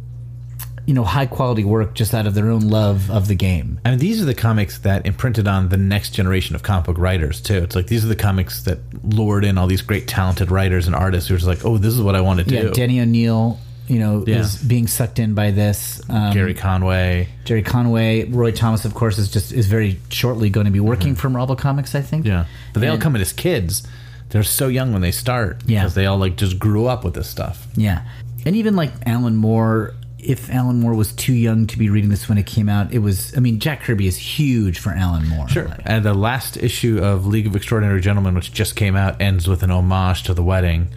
you know, high quality work just out of their own love of the game. I mean, these are the comics that imprinted on the next generation of comic book writers too. It's like these are the comics that lured in all these great talented writers and artists who were just like, "Oh, this is what I want to do." Yeah, Danny O'Neill, you know, Yeah. is being sucked in by this. Um, Gary Conway. Jerry Conway, Roy Thomas, of course, is just is very shortly going to be working from Marvel Comics, I think. Mm-hmm. Yeah, but they all And- come in as kids. They're so young when they start Yeah. because they all like just grew up with this stuff. Yeah. And even like Alan Moore, if Alan Moore was too young to be reading this when it came out, it was, I mean, Jack Kirby is huge for Alan Moore. Sure. And the last issue of League of Extraordinary Gentlemen, which just came out, ends with an homage to the wedding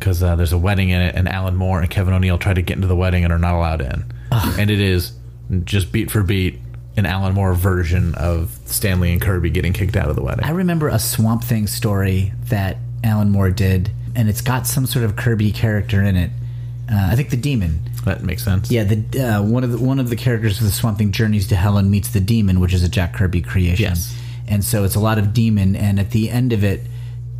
because uh, there's a wedding in it, and Alan Moore and Kevin O'Neill try to get into the wedding and are not allowed in. And it is just beat for beat an Alan Moore version of Stanley and Kirby getting kicked out of the wedding. I remember a Swamp Thing story that Alan Moore did, and it's got some sort of Kirby character in it. Uh, I think the demon. that makes sense. Yeah, the uh, one of the one of the characters of the Swamp Thing journeys to hell and meets the demon, which is a Jack Kirby creation. Yes. And so it's a lot of demon, and at the end of it,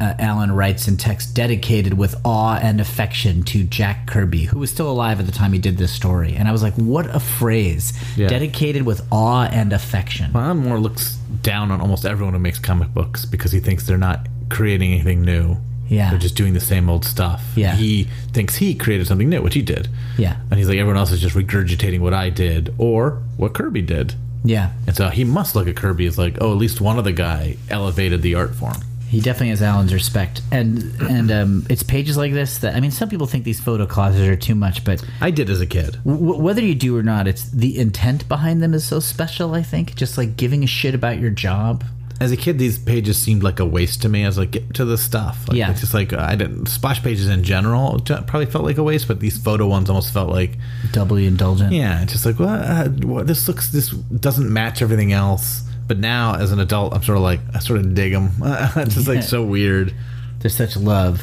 uh, Alan writes in text dedicated with awe and affection to Jack Kirby, who was still alive at the time he did this story. And I was like, what a phrase! Yeah. Dedicated with awe and affection. Alan Moore looks down on almost everyone who makes comic books because he thinks they're not creating anything new. Yeah. They're just doing the same old stuff. Yeah. He thinks he created something new, which he did. Yeah. And he's like, everyone else is just regurgitating what I did or what Kirby did. Yeah. And so he must look at Kirby as like, oh, at least one other guy elevated the art form. He definitely has Alan's respect, and and um, it's pages like this that I mean, some people think these photo collages are too much, but I did as a kid. w- whether you do or not, it's the intent behind them is so special. I think just like giving a shit about your job. As a kid, these pages seemed like a waste to me. I was like, get to the stuff. Like, Yeah. It's just like, I didn't. Splash pages in general j- probably felt like a waste, but these photo ones almost felt like, Doubly indulgent. yeah, it's just like, what? Uh, what this looks, this doesn't match everything else. But now, as an adult, I'm sort of like, I sort of dig them. it's just like so weird. There's such love.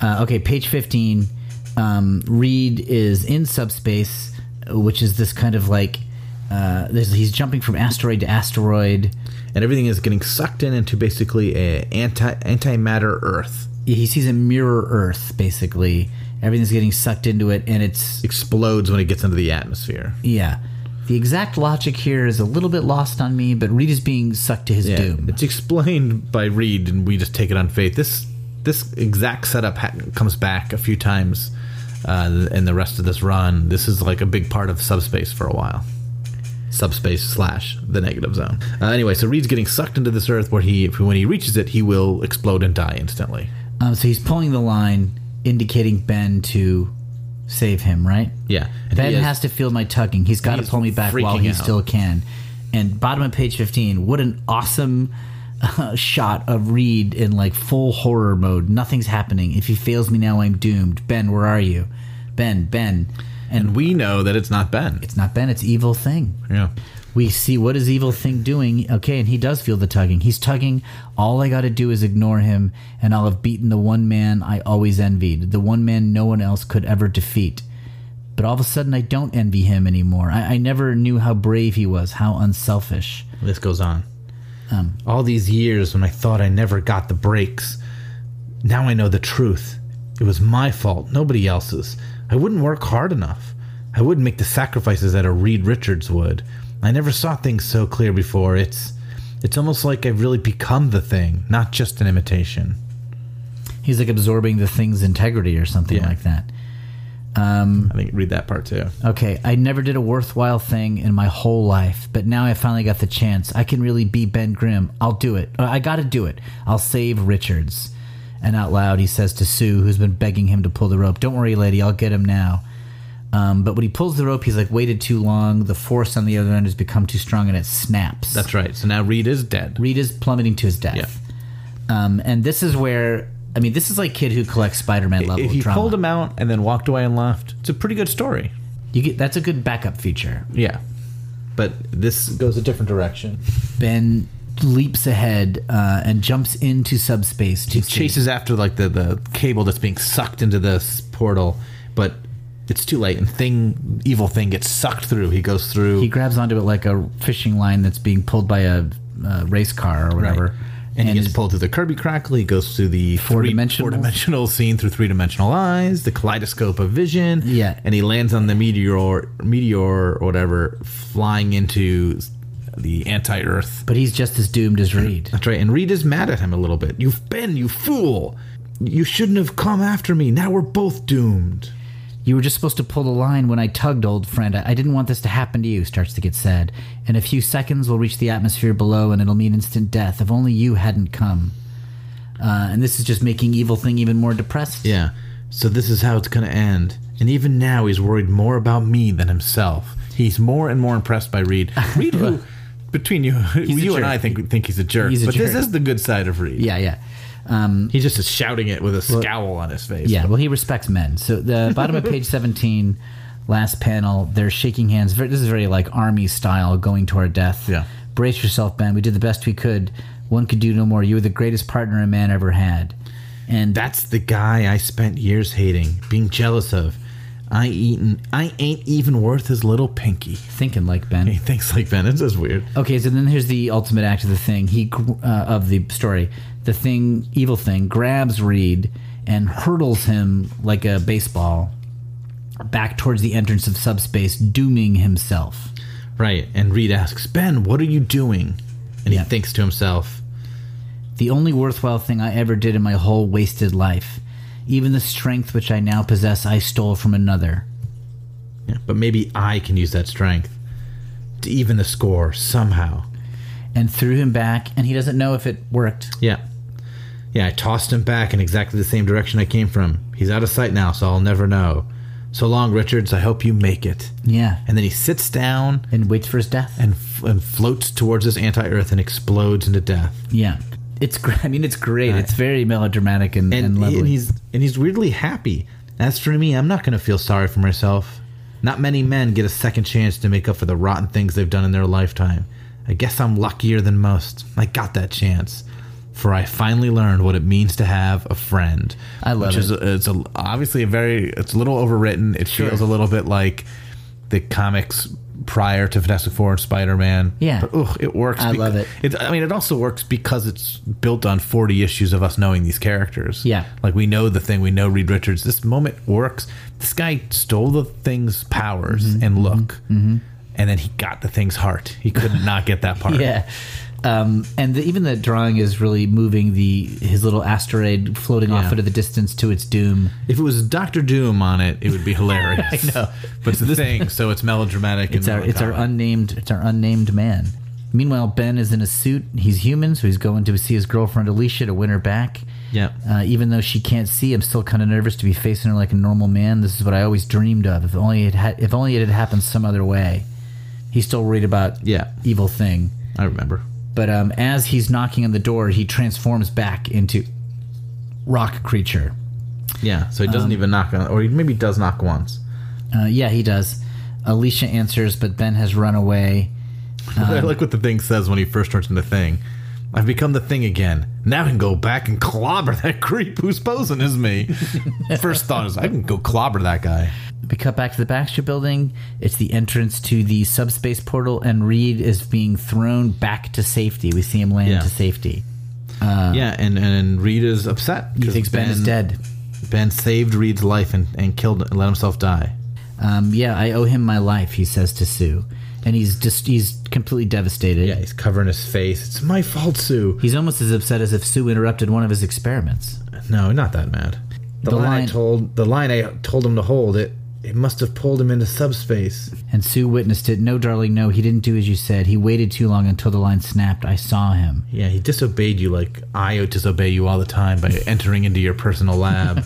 Uh, okay, page 15. Um, Reed is in subspace, which is this kind of like uh, there's, he's jumping from asteroid to asteroid. And everything is getting sucked in into basically a anti antimatter Earth. He sees a mirror Earth, basically. Everything's getting sucked into it, and it's Explodes when it gets into the atmosphere. yeah. The exact logic here is a little bit lost on me, but Reed is being sucked to his Yeah, doom. It's explained by Reed, and we just take it on faith. This this exact setup ha- comes back a few times uh, in the rest of this run. This is like a big part of subspace for a while. Subspace slash the negative zone. Uh, anyway, so Reed's getting sucked into this Earth where he, if, when he reaches it, he will explode and die instantly. Um, so he's pulling the line, indicating Ben to save him, right? Yeah, and Ben he is- has to feel my tugging. He's got to He's pull me back while freaking he out. still can. And bottom of page 15, what an awesome uh, shot of Reed in like full horror mode. Nothing's happening. If he fails me now, I'm doomed. Ben, where are you? Ben, Ben. And we know that it's not Ben. it's not Ben, it's evil thing. yeah, We see what is evil thing doing. Okay, and he does feel the tugging. He's tugging. All I got to do is ignore him, and I'll have beaten the one man I always envied, the one man no one else could ever defeat. But all of a sudden, I don't envy him anymore. I, I never knew how brave he was, how unselfish. this goes on. All these years when I thought I never got the breaks, now I know the truth. It was my fault, nobody else's. I wouldn't work hard enough. I wouldn't make the sacrifices that a Reed Richards would. I never saw things so clear before. It's it's almost like I've really become the thing, not just an imitation. He's like absorbing the thing's integrity or something Yeah. like that. I think read that part too. Okay, I never did a worthwhile thing in my whole life, but now I finally got the chance. I can really be Ben Grimm. I'll do it. Uh, I gotta do it. I'll save Richards. And out loud, he says to Sue, who's been begging him to pull the rope, Don't worry, lady, I'll get him now. Um, but when he pulls the rope, he's like waited too long. The force on the other end has become too strong and it snaps. That's right. So now Reed is dead. Reed is plummeting to his death. Um, and this is where, I mean, this is like kid who collects Spider Man level If he drama. pulled him out and then walked away and left, it's a pretty good story. you get, that's a good backup feature. Yeah. But this goes a different direction. Ben leaps ahead uh, and jumps into subspace to see- chases after like the the cable that's being sucked into this portal, but it's too late and thing evil thing gets sucked through. He goes through He grabs onto it like a fishing line that's being pulled by a uh, race car or whatever, And, he gets is- pulled through the Kirby crackle. He goes through the Four-dimensional? four dimensional scene through three dimensional eyes, the kaleidoscope of vision. Yeah. and he lands on the meteor, meteor or whatever, flying into the anti Earth but he's just as doomed as Reed. That's right. And Reed is mad at him a little bit. You've been, you fool. You shouldn't have come after me. Now we're both doomed. You were just supposed to pull the line when I tugged, old friend. I, I didn't want this to happen to you, starts to get said. In a few seconds, we'll reach the atmosphere below and it'll mean instant death. If only you hadn't come. Uh, and this is just making Evil Thing even more depressed. Yeah. So this is how it's going to end. And even now, he's worried more about me than himself. He's more and more impressed by Reed. Reed, who, between you, a you jerk. and I think think he's a jerk. He's a but this jerk. is the good side of Reed. Yeah, yeah. Um, He just is shouting it with a scowl on his face. Yeah, well, he respects men. So the bottom of page seventeen, last panel, they're shaking hands. Ver- This is very like army style, going to our death. Yeah. brace yourself, Ben. We did the best we could. One could do no more. You were the greatest partner a man ever had. And That's the guy I spent years hating, being jealous of. I eaten. I ain't even worth his little pinky. thinking like He Ben. thinks like that. It's just weird. Okay, so then here's the ultimate act of the thing. He gr- uh, of the story, the thing, evil thing, grabs Reed and hurdles him like a baseball back towards the entrance of subspace, dooming himself. Right. And Reed asks, Ben, what are you doing? and Yeah. he thinks to himself, the only worthwhile thing I ever did in my whole wasted life. Even the strength which I now possess, I stole from another. yeah, "But maybe I can use that strength to even the score somehow." And threw him back, and he doesn't know if it worked. Yeah, yeah. I tossed him back in exactly the same direction I came from. He's out of sight now, so I'll never know. So long, Richards. I hope you make it. Yeah. And then he sits down And waits for his death. and f- and floats towards this anti-Earth and explodes into death. yeah. It's gr- I mean, it's great. It's very melodramatic and, and, and, he- lovely. and he's and he's weirdly happy. As for me, I'm not going to feel sorry for myself. Not many men get a second chance to make up for the rotten things they've done in their lifetime. I guess I'm luckier than most. I got that chance, for I finally learned what it means to have a friend. I love which it. Is a, it's a, obviously a very it's a little overwritten. It feels a little bit like the comics prior to Fantastic Four and Spider Man. Yeah. but ugh, it works. I love it. It, I mean, it also works because it's built on 40 issues of us knowing these characters. Yeah. Like, we know the thing. We know Reed Richards. This moment works. This guy stole the thing's powers Mm-hmm. and look. And then he got the thing's heart. He could not get that part. Yeah. Um, and the, even the drawing is really moving the his little asteroid floating Yeah. off into the distance to its doom. If it was Doctor Doom on it, it would be hilarious. I know. But it's the thing, so it's melodramatic. It's our it's our unnamed it's our unnamed man. Meanwhile, Ben is in a suit. He's human, so he's going to see his girlfriend Alicia to win her back. Yeah. Uh, even though she can't see, I'm still kind of nervous to be facing her like a normal man. This is what I always dreamed of. If only it had if only it had happened some other way. He's still worried about Yeah. evil thing. I remember. But um, as he's knocking on the door, he transforms back into rock creature. Yeah. So he Um, doesn't even knock on, or he maybe does knock once. Uh, yeah, he does. Alicia answers, but Ben has run away. I like what the thing says when he first turns into thing. I've become the thing again. Now I can go back and clobber that creep who's posing as me. first thought is I can go clobber that guy. We cut back to the Baxter building. It's the entrance to the subspace portal, and Reed is being thrown back to safety. We see him land Yeah. to safety. yeah, and and Reed is upset. He thinks ben is dead. Ben saved Reed's life and, and killed and let himself die. Um, yeah, I owe him my life, he says to Sue. And he's just, he's completely devastated. Yeah, he's covering his face. It's my fault, Sue. He's almost as upset as if Sue interrupted one of his experiments. No, not that mad. The, The line, I line- told the line I told him to hold it. It must have pulled him into subspace. And Sue witnessed it. No, darling, no, he didn't do as you said. He waited too long until the line snapped. I saw him. Yeah, he disobeyed you like I disobey you all the time by entering into your personal lab.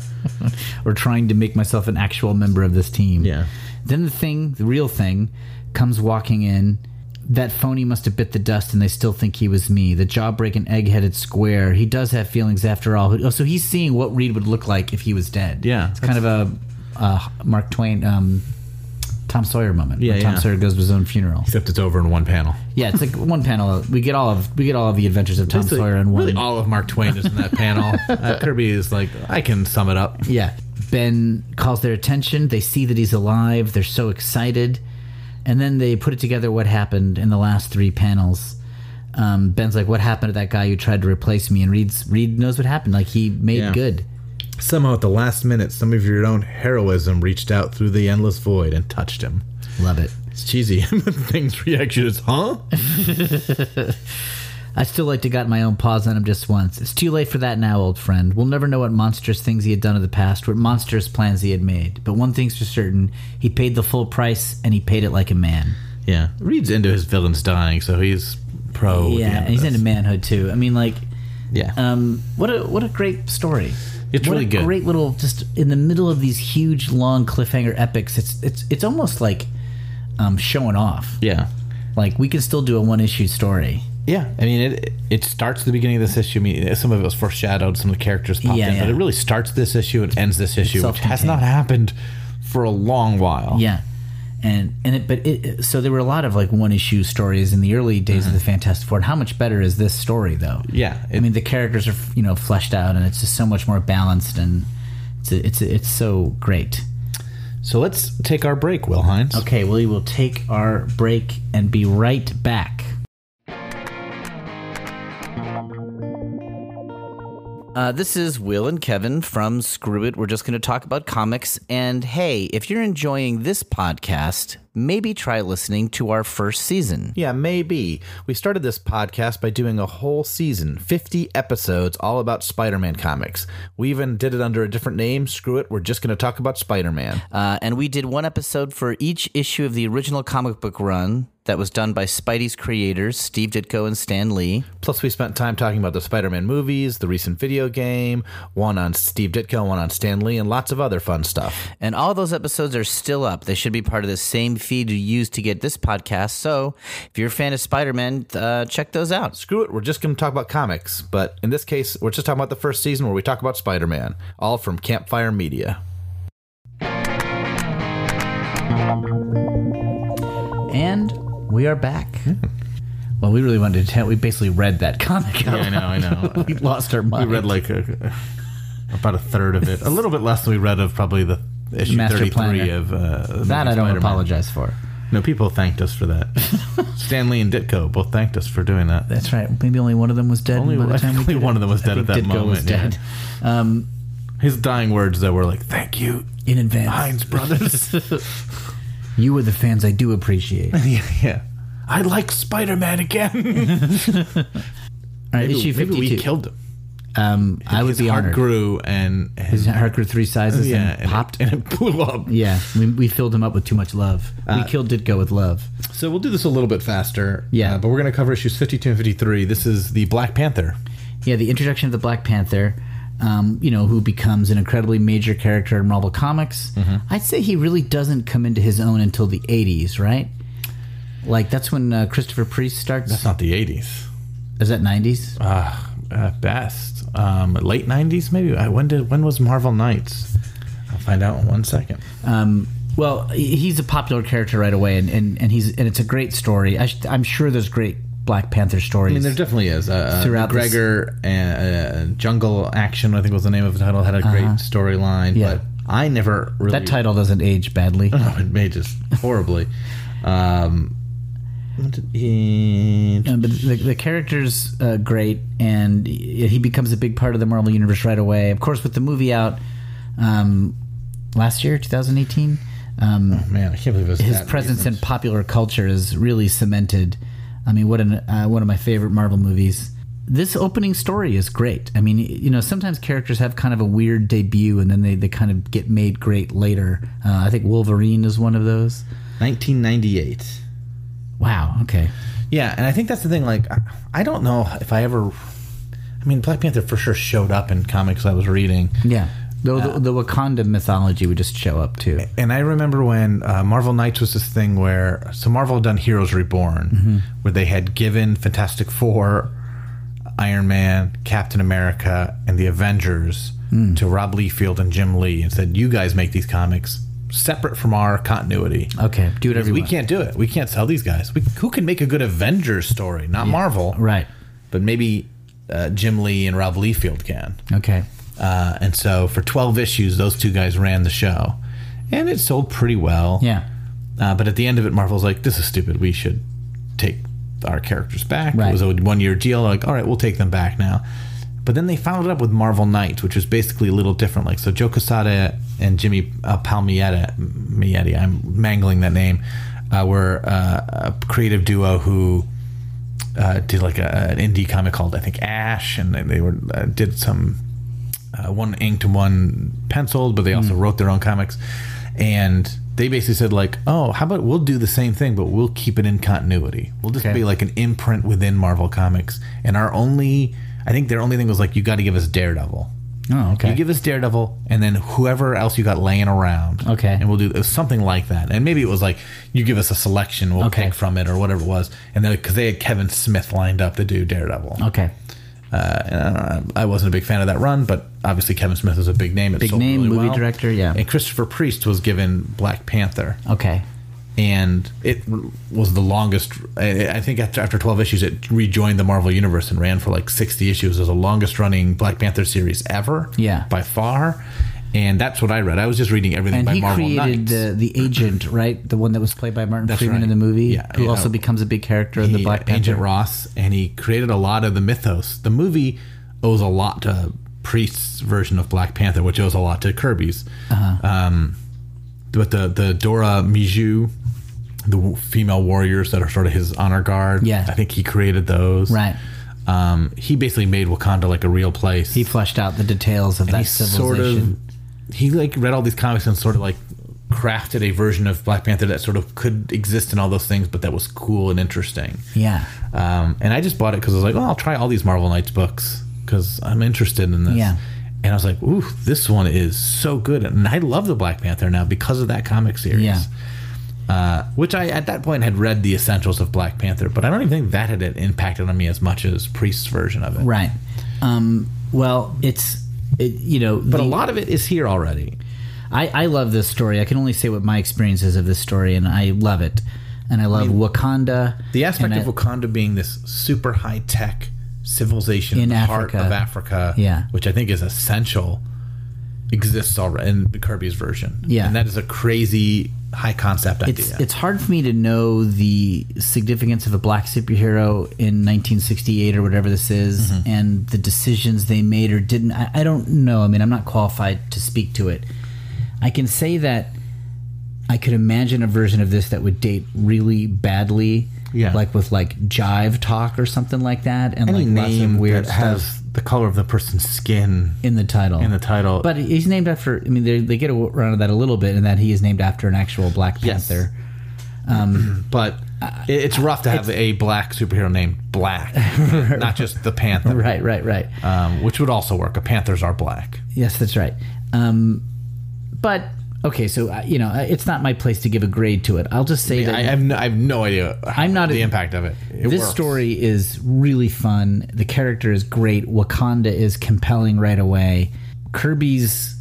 Or trying to make myself an actual member of this team. Yeah. Then the thing, the real thing, comes walking in. That phony must have bit the dust, and they still think he was me. The jawbreaking, egg-headed square. He does have feelings after all. Oh, so he's seeing what Reed would look like if he was dead. Yeah. it's kind of a uh, Mark Twain, um, Tom Sawyer moment. Yeah, when Tom yeah. Sawyer goes to his own funeral. Except it's over in one panel. Yeah, it's like one panel. We get all of we get all of the adventures of Tom Sawyer in one. Really, all of Mark Twain is in that panel. Uh, Kirby is like, I can sum it up. Yeah. Ben calls their attention. They see that he's alive. They're so excited. And then they put it together what happened in the last three panels. Um, Ben's like, What happened to that guy who tried to replace me? And Reed's, Reed knows what happened. Like, he made Yeah. good. Somehow, at the last minute, some of your own heroism reached out through the endless void and touched him. Love it. It's cheesy. The Thing's reaction is, huh? I still like to got my own paws on him just once. It's too late for that now, old friend. We'll never know what monstrous things he had done in the past, what monstrous plans he had made. But one thing's for certain he paid the full price, and he paid it like a man. Yeah. Reed's into his villains dying, so he's pro. at the Oh, yeah, end and he's of into this. manhood, too. I mean, like, Yeah. Um, what a what a great story. It's what really a good. Great little just in the middle of these huge long cliffhanger epics. It's it's it's almost like um, showing off. yeah. Like we can still do a one issue story. Yeah, I mean it. It starts at the beginning of this issue. I mean, some of it was foreshadowed. Some of the characters popped Yeah, in, but yeah. it really starts this issue and ends this issue, which has self-contained. not happened for a long while. Yeah. And and it but it so there were a lot of like one issue stories in the early days of the Fantastic Four. And how much better is this story though? Mm-hmm. yeah. It, I mean the characters are you know fleshed out and it's just so much more balanced and it's it's it's so great. so let's take our break, Will Hines. Okay, well, we will take our break and be right back. Uh, this is Will and Kevin from Screw It. We're just going to talk about comics. And hey, if you're enjoying this podcast, maybe try listening to our first season. Yeah, maybe. We started this podcast by doing a whole season, 50 episodes, all about Spider Man comics. We even did it under a different name. Screw it, we're just going to talk about Spider Man. Uh, and we did one episode for each issue of the original comic book run that was done by Spidey's creators, Steve Ditko and Stan Lee. Plus, we spent time talking about the Spider Man movies, the recent video game, one on Steve Ditko, one on Stan Lee, and lots of other fun stuff. And all those episodes are still up. They should be part of the same feed you use to get this podcast. So if you're a fan of Spider Man, uh, check those out. Screw it, we're just going to talk about comics. But in this case, we're just talking about the first season where we talk about Spider Man, all from Campfire Media. And we are back. Well, we really wanted to tell. We basically read that comic. Yeah, I know, I know. we lost our mind. we read like a, about a third of it, a little bit less than we read of probably the issue Master 33 Planner. of uh, that. Amazing I don't Spider-Man. apologize for. No, people thanked us for that. Stanley and Ditko both thanked us for doing that. That's right. Maybe only one of them was dead. Only- by the I time think we only did one it. of them was I dead at think that Ditko Was moment, yeah. dead. Um, His dying words though were like, "Thank you, in advance, Heinz brothers." you were the fans I do appreciate. All yeah, yeah. I like Spider-Man again. right, maybe issue fifty-two. we killed him. um, I would His be heart honored. grew and his, His heart grew three sizes yeah and popped. and it, and it blew up. yeah, we, we filled him up with too much love. Uh, we killed Ditko with love. So we'll do this a little bit faster. uh, Yeah. but we're gonna cover issues fifty-two and fifty-three. This is the Black Panther. yeah, the introduction of the Black Panther, um, you know, who becomes an incredibly major character in Marvel Comics. Mm-hmm. I'd say he really doesn't come into his own until the 80s, right? Like, that's when uh, Christopher Priest starts. That's not the eighties. Is that 90s? Uh, at best, um, late nineties maybe. Uh, When did when was Marvel Knights? I'll find out in one second. Um, well, he- he's a popular character right away, and, and, and he's and it's a great story. I sh- I'm sure there's great Black Panther stories. I mean, there definitely is. Uh, Throughout Throughout this- Gregor and uh, Jungle Action, I think was the name of the title, had a great storyline. Yeah. But I never really that title doesn't age badly. Oh, it made just horribly. um, what did he? Uh, but the, the character's uh, great, and he he becomes a big part of the Marvel universe right away. Of course, with the movie out um, last year, 2018, um, Man, I can't believe it was his that presence recent. in popular culture is really cemented. I mean, what an uh, one of my favorite Marvel movies. This opening story is great. I mean, you know, sometimes characters have kind of a weird debut, and then they, they kind of get made great later. Uh, I think Wolverine is one of those. 1998. Wow. Okay. Yeah, and I think that's the thing. Like, I- I don't know if I ever. I mean, Black Panther for sure showed up in comics I was reading. Yeah. Though Uh, the, the Wakanda mythology would just show up too. and I remember when uh, Marvel Knights was this thing where so Marvel had done Heroes Reborn, Mm-hmm. where they had given Fantastic Four, Iron Man, Captain America, and the Avengers Mm. to Rob Liefeld and Jim Lee, and said, "You guys make these comics separate from our continuity. Okay, do whatever you We want. can't do it. We can't sell these guys. We, who can make a good Avengers story? Not Marvel, Right. But maybe uh, Jim Lee and Rob Liefeld can." Okay. Uh, and so for 12 issues, those two guys ran the show. And it sold pretty well. Yeah. Uh, but at the end of it, Marvel's like, this is stupid. We should take our characters back. Right. It was a one year deal. Like, all right, we'll take them back now. But then they followed it up with Marvel Knights, which was basically a little different. Like, so Joe Quesada and Jimmy uh, Palmiotti, Mietti, I'm mangling that name, uh, were uh, a creative duo who uh, did like a, an indie comic called I think Ash, and they, they were uh, did some uh, one inked and one penciled, but they also Hmm. wrote their own comics. And they basically said like, "Oh, how about we'll do the same thing, but we'll keep it in continuity. We'll just Okay. be like an imprint within Marvel Comics." And our only, I think their only thing was like, "You got to give us Daredevil." Oh, okay. You give us Daredevil, and then whoever else you got laying around. Okay. And we'll do uh, something like that. And maybe it was like you give us a selection, we'll Okay. pick from it, or whatever it was. And then because they had Kevin Smith lined up to do Daredevil. okay. Uh, and I, don't know, I wasn't a big fan of that run, but obviously Kevin Smith is a big name. It Big sold name, really movie well. director, yeah. And Christopher Priest was given Black Panther, Okay. and it was the longest. I I think after, after twelve issues, it rejoined the Marvel universe and ran for like sixty issues. It was the longest running Black Panther series ever. Yeah. by far. And that's what I read. I was just reading everything And by he Marvel created Knights. the the agent, right? The one that was played by Martin That's Freeman right. in the movie, Yeah, who yeah. also becomes a big character in the he- uh, Black Panther. Agent Ross, and he created a lot of the mythos. The movie owes a lot to Priest's version of Black Panther, which owes a Uh-huh. lot to Kirby's. Um, but the the Dora Miju the female warriors that are sort of his honor guard. Yeah. I think he created those. Right. Um, he basically made Wakanda like a real place. He fleshed out the details of that he sort civilization. of he like read all these comics and sort of like crafted a version of Black Panther that sort of could exist in all those things, but that was cool and interesting. yeah. Um, and I just bought it because I was like, oh, I'll try all these Marvel Knights books because I'm interested in this. Yeah. And I was like, ooh, this one is so good. And I love the Black Panther now because of that comic series. Yeah. Uh, which I, at that point, had read the essentials of Black Panther, but I don't even think that had impacted on me as much as Priest's version of it. Right. Um, well, it's it, you know, But a lot of it is here already. I, I love this story. I can only say what my experience is of this story, and I love it. And I love Wakanda. The aspect and of I- Wakanda being this super high tech civilization In in the heart Africa. of Africa, Yeah. which I think is essential, exists already in Kirby's version. Yeah. And that is a crazy high concept It's, idea. it's hard for me to know the significance of a black superhero in 1968 or whatever this is, Mm-hmm. and the decisions they made or didn't. I, I don't know. I mean, I'm not qualified to speak to it. I can say that I could imagine a version of this that would date really badly, Yeah. like with like jive talk or something like that, and Any like lots of name weird that stuff has the color of the person's skin in the title. in the title. But he's named after. I mean, they, they get around that a little bit, in that he is named after an actual Black Yes. Panther. but uh, it- it's rough to have a black superhero named Black, not just the Panther, Right, right, right. um, which would also work. A Panthers are black. Yes, that's right. Um, but okay, so uh, you know, uh, it's not my place to give a grade to it. I'll just say I, I, that have no, I have no idea how- I'm not a- the impact of it. It this works. story is really fun. The character is great. Wakanda is compelling right away. Kirby's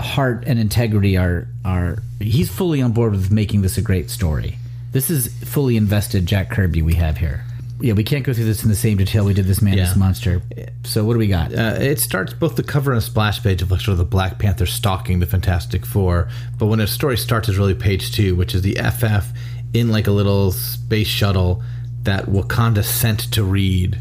heart and integrity are are he's fully on board with making this a great story. This is fully invested Jack Kirby we have here. Yeah, we can't go through this in the same detail we did this man this Yeah. monster. So what do we got? Uh, it starts both the cover and splash page of like sort of the Black Panther stalking the Fantastic Four, but when its story starts is really page two, which is the FF in like a little space shuttle that Wakanda sent to Reed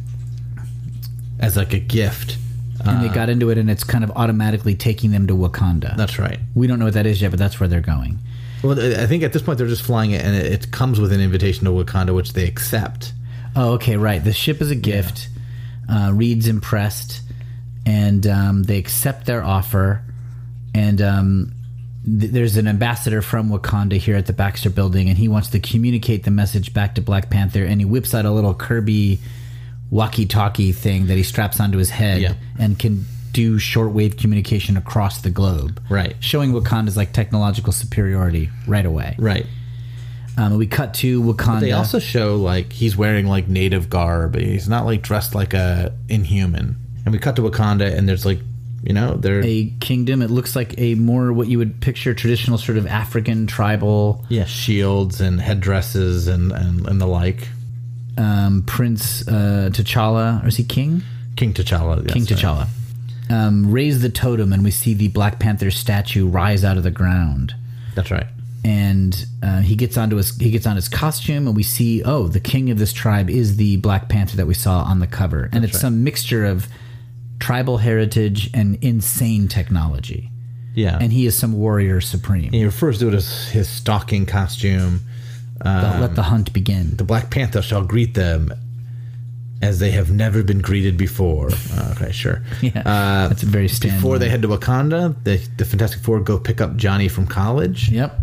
as like a gift. and Uh, they got into it and it's kind of automatically taking them to Wakanda. That's right. we don't know what that is yet, but that's where they're going. Well, I I think at this point they're just flying it, and it, it comes with an invitation to Wakanda, which they accept. Oh, okay, right. The ship is a gift. Uh, Reed's impressed, and um, they accept their offer. And um, th- there's an ambassador from Wakanda here at the Baxter Building, and he wants to communicate the message back to Black Panther. And he whips out a little Kirby walkie-talkie thing that he straps onto his head Yeah. and can do shortwave communication across the globe. Right. showing Wakanda's like technological superiority right away. Right. Um, we cut to Wakanda. They also show like he's wearing like native garb. He's not like dressed like a inhuman. And we cut to Wakanda, and there's like, you know, they're a kingdom. It looks like a more what you would picture traditional sort of African tribal yeah shields and headdresses and, and and the like. um, prince uh, T'Challa, or is he king? King T'Challa. King T'Challa. Um, raise the totem, and we see the Black Panther statue rise out of the ground. That's right. And uh, he gets onto his he gets on his costume, and we see oh, the king of this tribe is the Black Panther that we saw on the cover, and it's some mixture of tribal heritage and insane technology. Yeah. And he is some warrior supreme. he refers to it as his stalking costume. Let the hunt begin. The Black Panther shall greet them as they have never been greeted before. Uh, okay, sure. Uh, Yeah, that's a very standard. Before they head to Wakanda, the, the Fantastic Four go pick up Johnny from college. Yep.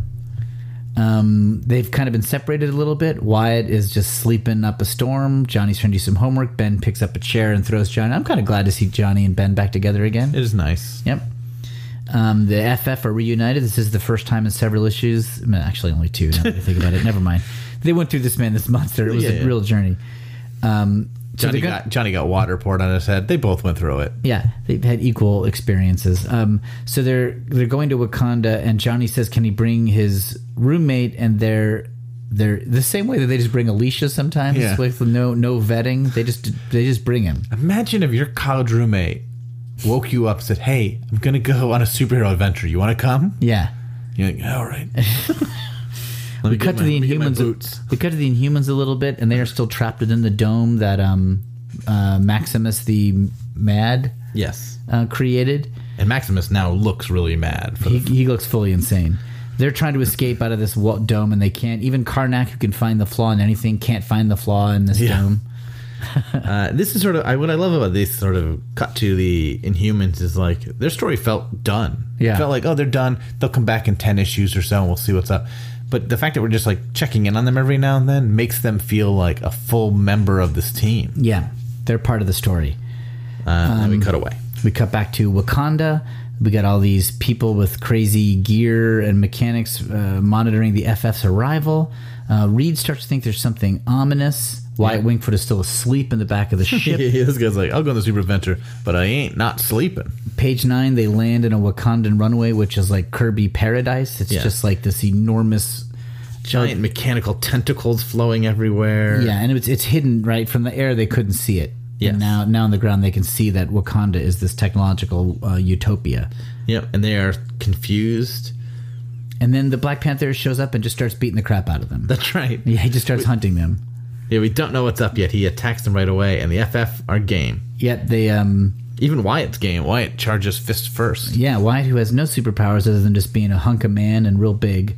Um, they've kind of been separated a little bit. Wyatt is just sleeping up a storm. Johnny's trying to do some homework. Ben picks up a chair and throws Johnny. I'm kind of glad to see Johnny and Ben back together again. It is nice. Yep. Um, the FF are reunited. This is the first time in several issues. I mean, actually, only two. Now that I think about it, never mind. They went through this man, this monster. It was Yeah, a yeah. real journey. Um, so Johnny they're gonna- got Johnny got water poured on his head. They both went through it. yeah, they've had equal experiences. Um, so they're they're going to Wakanda, and Johnny says, "Can he bring his roommate?" And they're they're the same way that they just bring Alicia sometimes Yeah. with no no vetting. They just they just bring him. Imagine if your college roommate woke you up and said, "Hey, I'm gonna go on a superhero adventure. You want to come?" Yeah. You're like, "All right." Let me We cut to the Inhumans. We cut to the Inhumans a little bit, and they are still trapped within the dome that um, uh, Maximus the Mad Yes, uh, created. and Maximus now looks really mad. For He, the, he looks fully insane. They're trying to escape out of this wa- dome and they can't. Even Karnak, who can find the flaw in anything, can't find the flaw in this dome. Uh, this is sort of I, what I love about these sort of cut to the Inhumans is like their story felt done. Yeah. It felt like oh they're done. They'll come back in ten issues or so and we'll see what's up. But the fact that we're just like checking in on them every now and then makes them feel like a full member of this team. Yeah, they're part of the story. Uh, and we cut away. We cut back to Wakanda. We got all these people with crazy gear and mechanics uh, monitoring the FF's arrival. Uh, Reed starts to think there's something ominous. Wyatt Wingfoot is still asleep in the back of the ship. this guy's like I'll go on the super adventure, but I ain't not sleeping. Page nine, they land in a Wakandan runway, which is like Kirby Paradise. It's Yeah. just like this enormous. Giant mechanical tentacles flowing everywhere. Yeah, and it's, it's hidden right from the air. They couldn't see it. Yeah. Yes. Now, now on the ground, they can see that Wakanda is this technological uh, utopia. Yep. And they are confused. And then the Black Panther shows up and just starts beating the crap out of them. That's right. Yeah, he just starts hunting them. Yeah, we don't know what's up yet. He attacks them right away, and the FF are game. Yet they, um, Even Wyatt's game. Wyatt charges fist first. yeah, Wyatt, who has no superpowers other than just being a hunk of man and real big,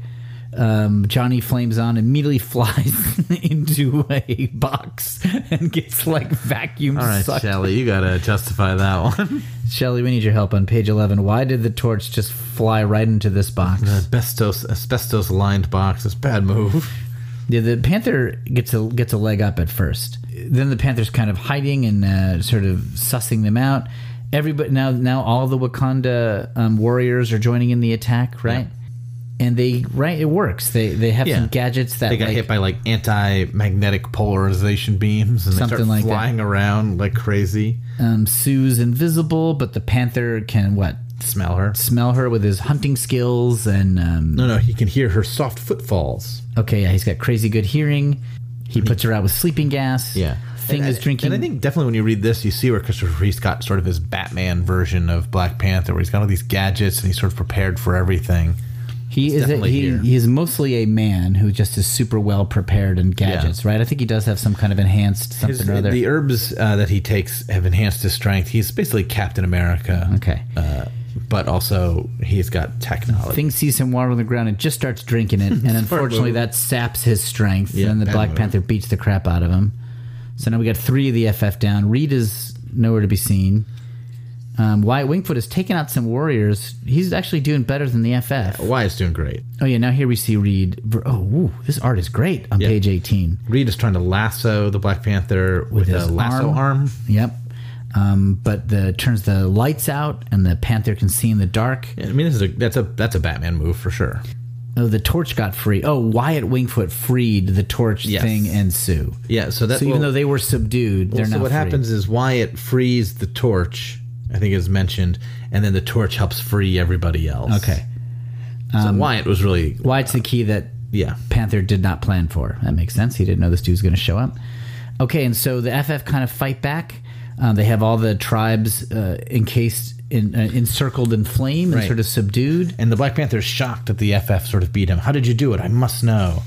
um, Johnny flames on, immediately flies into a box and gets like vacuum All right, sucked. Shelly, you gotta justify that one. Shelly, we need your help on page 11. Why did the torch just fly right into this box? asbestos, asbestos lined box. It's a bad move. Yeah, the panther gets a gets a leg up at first. Then the panther's kind of hiding and uh, sort of sussing them out. Everybody now now all the Wakanda um, warriors are joining in the attack, right? And they right it works. They they have Yeah. some gadgets that They got like, hit by like anti-magnetic polarization beams, and Something they start like that. flying around like crazy. um, Sue's invisible, but the panther can what Smell her. smell her with his hunting skills and um, No, no, he can hear her soft footfalls. okay, yeah, he's got crazy good hearing. He puts her out with sleeping gas. thing And I- is drinking. And I think definitely when you read this, you see where Christopher Reese got sort of his Batman version of Black Panther, where he's got all these gadgets and he's sort of prepared for everything. He is a, definitely he, here. he is mostly a man who just is super well prepared and gadgets, right? I think he does have some kind of enhanced something His- or other. the herbs uh, that he takes have enhanced his strength. He's basically Captain America. okay. Uh, but also, he's got technology. Thing sees some water on the ground and just starts drinking it, and unfortunately move. that saps his strength. Yeah, and the bad Black move. Panther beats the crap out of him. So now we got three of the FF down. Reed is nowhere to be seen. Um, Wyatt Wingfoot has taken out some warriors. He's actually doing better than the FF. Why is doing great? Oh yeah, now here we see Reed. Oh, woo, this art is great on page eighteen. Reed is trying to lasso the Black Panther with, With a his lasso arm. arm. Yep. Um, but the turns the lights out, and the panther can see in the dark. I mean, this is a that's a that's a Batman move for sure. Oh, the torch got free. Oh, Wyatt Wingfoot freed the torch Yes. thing and Sue. Yeah. So that's So even though they were subdued, they're so not. what free. happens is Wyatt frees the torch. I think is mentioned, and then the torch helps free everybody else. Okay, So Wyatt was really Wyatt's the key that yeah. Panther did not plan for. That makes sense. He didn't know this dude's going to show up. Okay, and so the FF kind of fight back. Uh, they have all the tribes uh, encased, in, uh, encircled in flame, and Right. sort of subdued. And the Black Panther is shocked that the FF sort of beat him. How did you do it? I must know.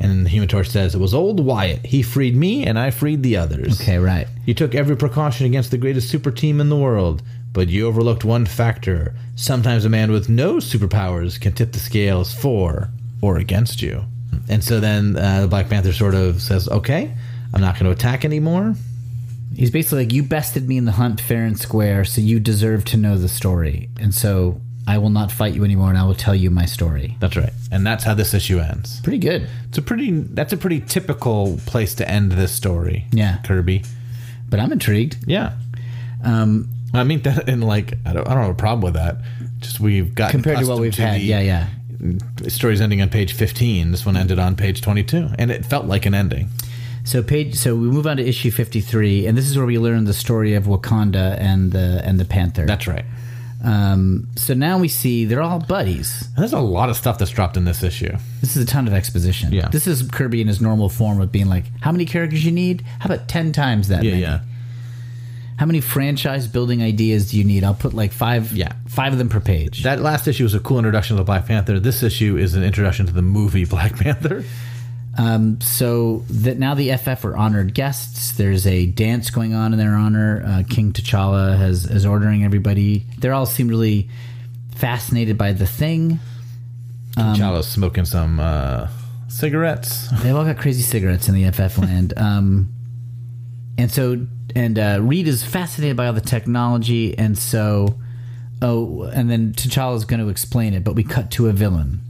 And the Human Torch says, It was old Wyatt. He freed me, and I freed the others. Okay, right. You took every precaution against the greatest super team in the world, but you overlooked one factor. Sometimes a man with no superpowers can tip the scales for or against you. And so then uh, the Black Panther sort of says, Okay, I'm not going to attack anymore. He's basically like, you bested me in the hunt fair and square, so you deserve to know the story. And so I will not fight you anymore, and I will tell you my story. That's right. And that's how this issue ends. Pretty good. It's a pretty that's a pretty typical place to end this story. Yeah. Kirby. But I'm intrigued. Yeah. Um, I mean that, and like I don't, I don't have a problem with that. Just we've got Compared to what we've had. Yeah, yeah. Stories ending on page fifteen. This one ended on page twenty-two, and it felt like an ending. So page so we move on to issue fifty three, and this is where we learn the story of Wakanda and the and the Panther. That's right. um so now we see they're all buddies. And there's a lot of stuff that's dropped in this issue. This is a ton of exposition. Yeah. This is Kirby in his normal form of being like, How many characters you need? How about ten times that many? How many franchise building ideas do you need? I'll put like five Yeah. five of them per page. That last issue was a cool introduction to Black Panther. This issue is an introduction to the movie Black Panther. so that now the FF are honored guests. There's a dance going on in their honor. Uh, King T'Challa has is ordering everybody. They all seem really fascinated by the thing. T'Challa's Um, smoking some uh, cigarettes. They've all got crazy cigarettes in the FF land. Um, and so, and uh, Reed is fascinated by all the technology, and so, oh, and then T'Challa's going to explain it, but we cut to a villain.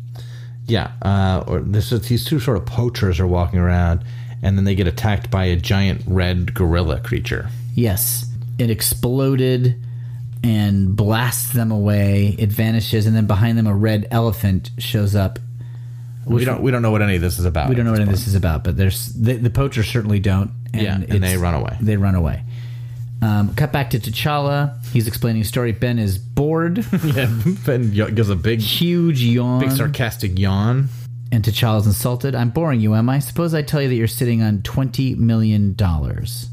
Yeah, uh, or this is, these two sort of poachers are walking around, and then they get attacked by a giant red gorilla creature. Yes, it exploded and blasts them away. It vanishes, and then behind them, a red elephant shows up. we don't we don't know what any of this is about. We don't know what any this is about, but there's the, the poachers certainly don't. Yeah, and it's- they run away. They run away. Um, cut back to T'Challa. He's explaining his story. Ben is bored. Ben y- gives a big Huge yawn. big sarcastic yawn. and T'Challa's insulted. I'm boring you, am I? Suppose I tell you that you're sitting on twenty million dollars.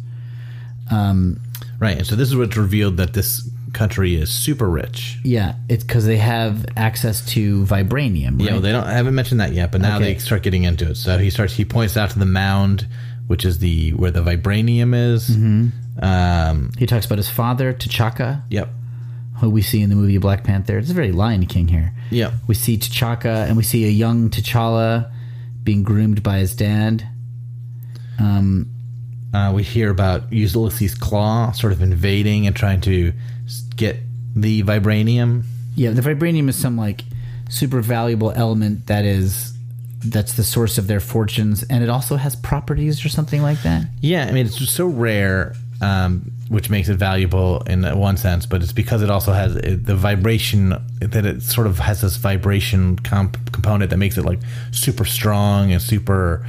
Right, and so this is what's revealed that this country is super rich. Yeah, it's because they have access to vibranium. Right? Yeah, well, they don't I haven't mentioned that yet, but now Okay. they start getting into it. So he starts he points out to the mound, which is the where the vibranium is. Mm-hmm. Um, he talks about his father, T'Chaka, yep, who we see in the movie Black Panther. It's a very Lion King here. yep. We see T'Chaka, and we see a young T'Challa being groomed by his dad. Uh, we hear about Ulysses Claw sort of invading and trying to s- get the vibranium. Yeah, the vibranium is some like super valuable element that is that's the source of their fortunes, and it also has properties or something like that. Yeah, I mean it's just so rare, um, which makes it valuable in that one sense, but it's because it also has uh the vibration that it sort of has this vibration comp- component that makes it like super strong and super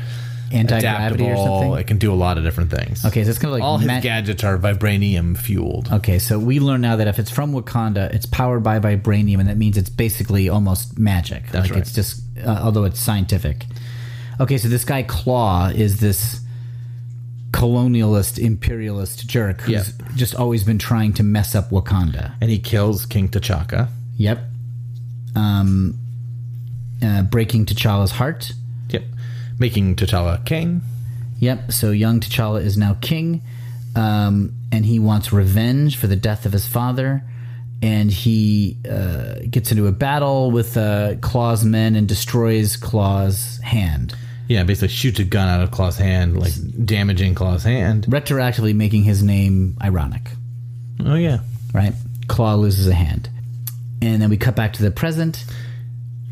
Anti-gravity or adaptable. something. It can do a lot of different things. Okay, so it's kind of like all his ma- gadgets are vibranium fueled. Okay, so we learn now that if it's from Wakanda, it's powered by vibranium, and that means it's basically almost magic. like right. it's just, uh, although it's scientific. Okay, so this guy Claw is this colonialist, imperialist jerk who's just always been trying to mess up Wakanda. And he kills King T'Chaka. Yep. Um, uh, breaking T'Challa's heart. Yep, making T'Challa king. Yep. So young T'Challa is now king, um, and he wants revenge for the death of his father. And he uh, gets into a battle with uh, Claw's men and destroys Claw's hand, Yeah, basically shoots a gun out of Claw's hand, like damaging Claw's hand. retroactively making his name ironic. Oh yeah. right? Claw loses a hand. And then we cut back to the present,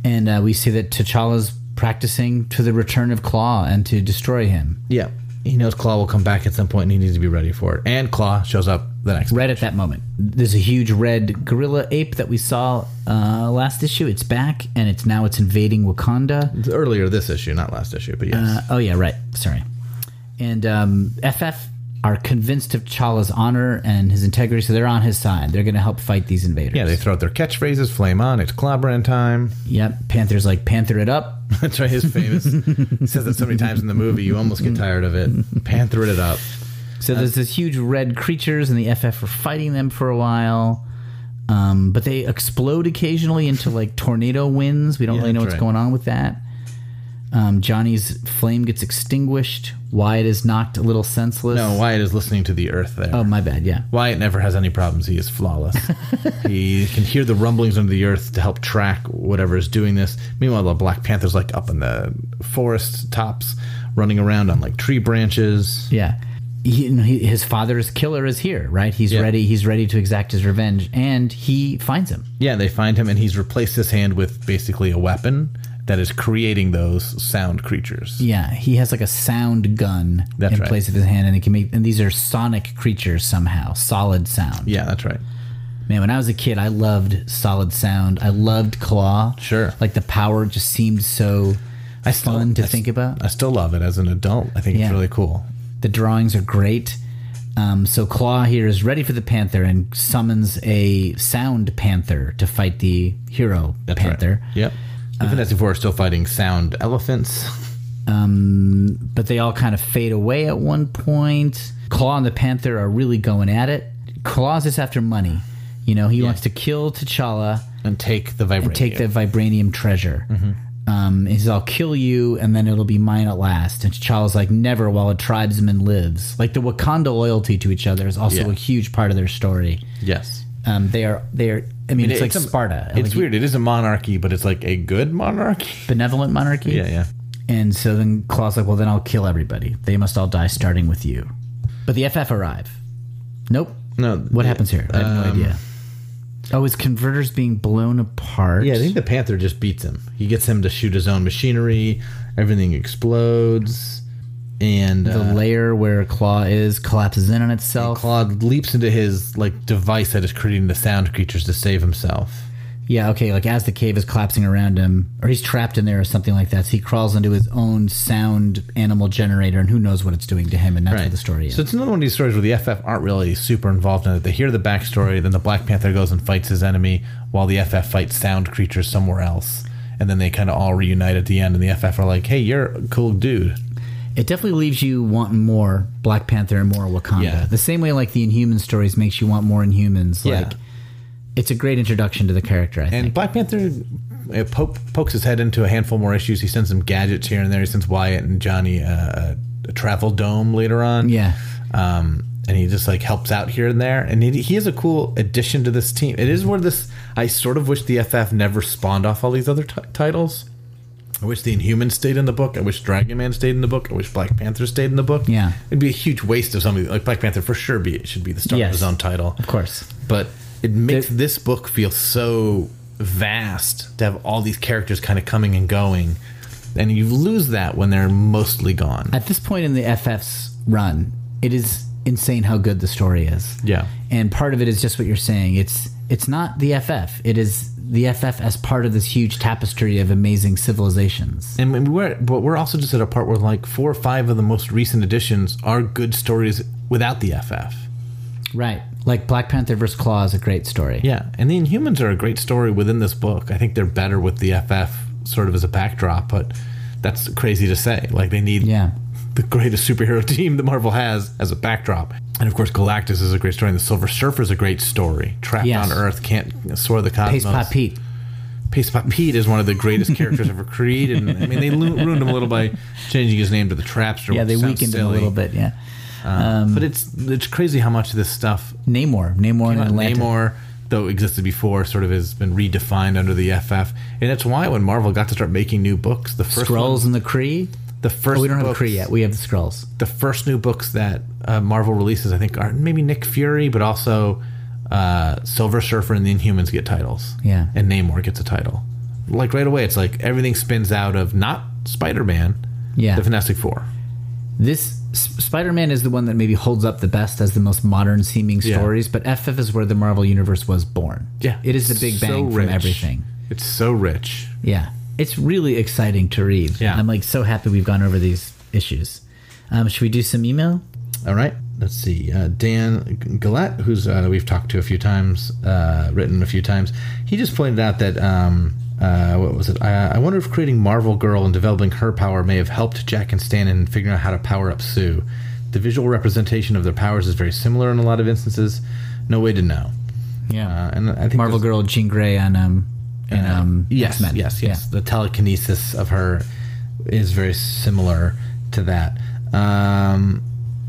and uh, we see that T'Challa's practicing to the return of Claw and to destroy him. Yeah. He knows Claw will come back at some point and he needs to be ready for it. And Claw shows up the next Right at that moment, there's a huge red gorilla ape that we saw uh, last issue. It's back, and it's now it's invading Wakanda. earlier this issue, not last issue, but yes. Uh, oh yeah, right. Sorry. And um, FF are convinced of T'Challa's honor and his integrity, so they're on his side. They're going to help fight these invaders. yeah, they throw out their catchphrases, flame on, it's clobbering time. Yep. Panther's like Panther it up. That's right, his famous he says that so many times in the movie you almost get tired of it. Panther it up. So there's this huge red creatures, and the FF are fighting them for a while. Um, but they explode occasionally into like tornado winds. We don't really know that's what's right. going on with that. Um, Johnny's flame gets extinguished. Wyatt is knocked a little senseless. No, Wyatt is listening to the earth there. oh my bad. Yeah, Wyatt never has any problems. He is flawless. he can hear the rumblings under the earth to help track whatever is doing this. Meanwhile, the Black Panther's like up in the forest tops, running around on like tree branches. yeah. He, you know, he, his father's killer is here, right? He's Yeah. ready. He's ready to exact his revenge, and he finds him. Yeah, they find him, and he's replaced his hand with basically a weapon that is creating those sound creatures. Yeah, he has like a sound gun That's in right. place of his hand, and he can make. And these are sonic creatures somehow, solid sound. Yeah, that's right. Man, when I was a kid, I loved Solid Sound. I loved Claw. Sure. Like the power just seemed so fun to I s- think about. I still love it as an adult. I think Yeah. it's really cool. The drawings are great. Um, so Claw here is ready for the Panther and summons a sound Panther to fight the hero That's right. Panther. Yep. Uh, The Fantastic Four are still fighting sound elephants. Um, but they all kind of fade away at one point. Claw and the Panther are really going at it. Claw's just after money. You know, he wants to kill T'Challa. And take the vibranium. Mm-hmm. take the vibranium treasure. Um, he says, I'll kill you, and then it'll be mine at last. And T'Challa's like, never while a tribesman lives. Like, the Wakanda loyalty to each other is also Yeah. a huge part of their story. yes. Um, they are they are. I mean, it's, like a- Sparta. It's like weird. It is a monarchy, but it's like a good monarchy. benevolent monarchy. Yeah, yeah. And so then Claw's like, well, then I'll kill everybody. They must all die, starting with you. But the FF arrive. Nope. No, What happens here? I have no um, idea. Oh, his converter's being blown apart. Yeah, I think the Panther just beats him. He gets him to shoot his own machinery. Everything explodes, and the uh, layer where Claw is collapses in on itself. Claude leaps into his like device that is creating the sound creatures to save himself. Yeah, okay, like as the cave is collapsing around him, or he's trapped in there or something like that. So he crawls into his own sound animal generator, and who knows what it's doing to him, and that's what the story is. So it's another one of these stories where the FF aren't really super involved in it. They hear the backstory, then the Black Panther goes and fights his enemy, while the FF fights sound creatures somewhere else. And then they kind of all reunite at the end, and the FF are like, "Hey, you're a cool dude." it definitely leaves you wanting more Black Panther and more Wakanda. Yeah. The same way like the Inhuman stories makes you want more Inhumans. Yeah. Like it's a great introduction to the character, I think. And Black Panther uh, poke, pokes his head into a handful more issues. He sends some gadgets here and there. He sends Wyatt and Johnny uh, a travel dome later on. Yeah. Um, and he just like helps out here and there. And he, he is a cool addition to this team. It is where this, I sort of wish the FF never spawned off all these other t- titles. I wish the Inhumans stayed in the book. I wish Dragon Man stayed in the book. I wish Black Panther stayed in the book. Yeah. It'd be a huge waste of something. Like Black Panther for sure be, it should be the start of Yes. his own title Of course. but it makes this book feel so vast to have all these characters kind of coming and going and you lose that when they're mostly gone At this point in the FF's run, it is insane how good the story is. Yeah. And part of it is just what you're saying. It's it's not the FF. It is the FF as part of this huge tapestry of amazing civilizations. and we- we're but we're also just at a part where like four or five of the most recent editions are good stories without the ff Right. Like Black Panther vs. Claw is a great story. yeah and the inhumans are a great story within this book i think they're better with the ff sort of as a backdrop but that's crazy to say like they need Yeah. the greatest superhero team that Marvel has as a backdrop. And of course, Galactus is a great story, and the Silver Surfer is a great story. Trapped Yes. on Earth, can't soar the cosmos. Pace Pot Pete. Pace Pot Pete is one of the greatest characers ever created. And, I mean, they lo- ruined him a little by changing his name to the Trapster. Yeah, which they sounds weakened him a silly. little bit, yeah. but it's it's crazy how much of this stuff Namor. Namor and uh, Atlanta. Namor, though existed before, sort of has been redefined under the FF. And that's why when Marvel got to start making new books, the first Skrulls one, and the Kree. the first Oh, we don't have books- Kree yet. We have the Skrulls. the first new books that uh, Marvel releases, I think, are maybe Nick Fury, but also uh, Silver Surfer and the Inhumans get titles. Yeah. And Namor gets a title. Like right away, it's like everything spins out of not Spider Man, Yeah. the Fantastic Four. This S- Spider-Man is the one that maybe holds up the best as the most modern seeming Yeah. stories, but FF is where the Marvel universe was born. It is the big So bang rich. from everything. It's so rich. Yeah. It's really exciting to read. Yeah. I'm like so happy we've gone over these issues. Um, should we do some email? All right. Let's see. Uh, Dan Gillette, who's uh, we've talked to a few times, uh, written a few times, he just pointed out that um, uh, what was it? I, I wonder if creating Marvel Girl and developing her power may have helped Jack and Stan in figuring out how to power up Sue. The visual representation of their powers is very similar in a lot of instances. No way to know. Yeah. Uh, and I think Marvel there's- Girl, Jean Grey, and um, and um, Uh, yes, X-Men. yes, yes. The telekinesis of her is very similar to that. Um,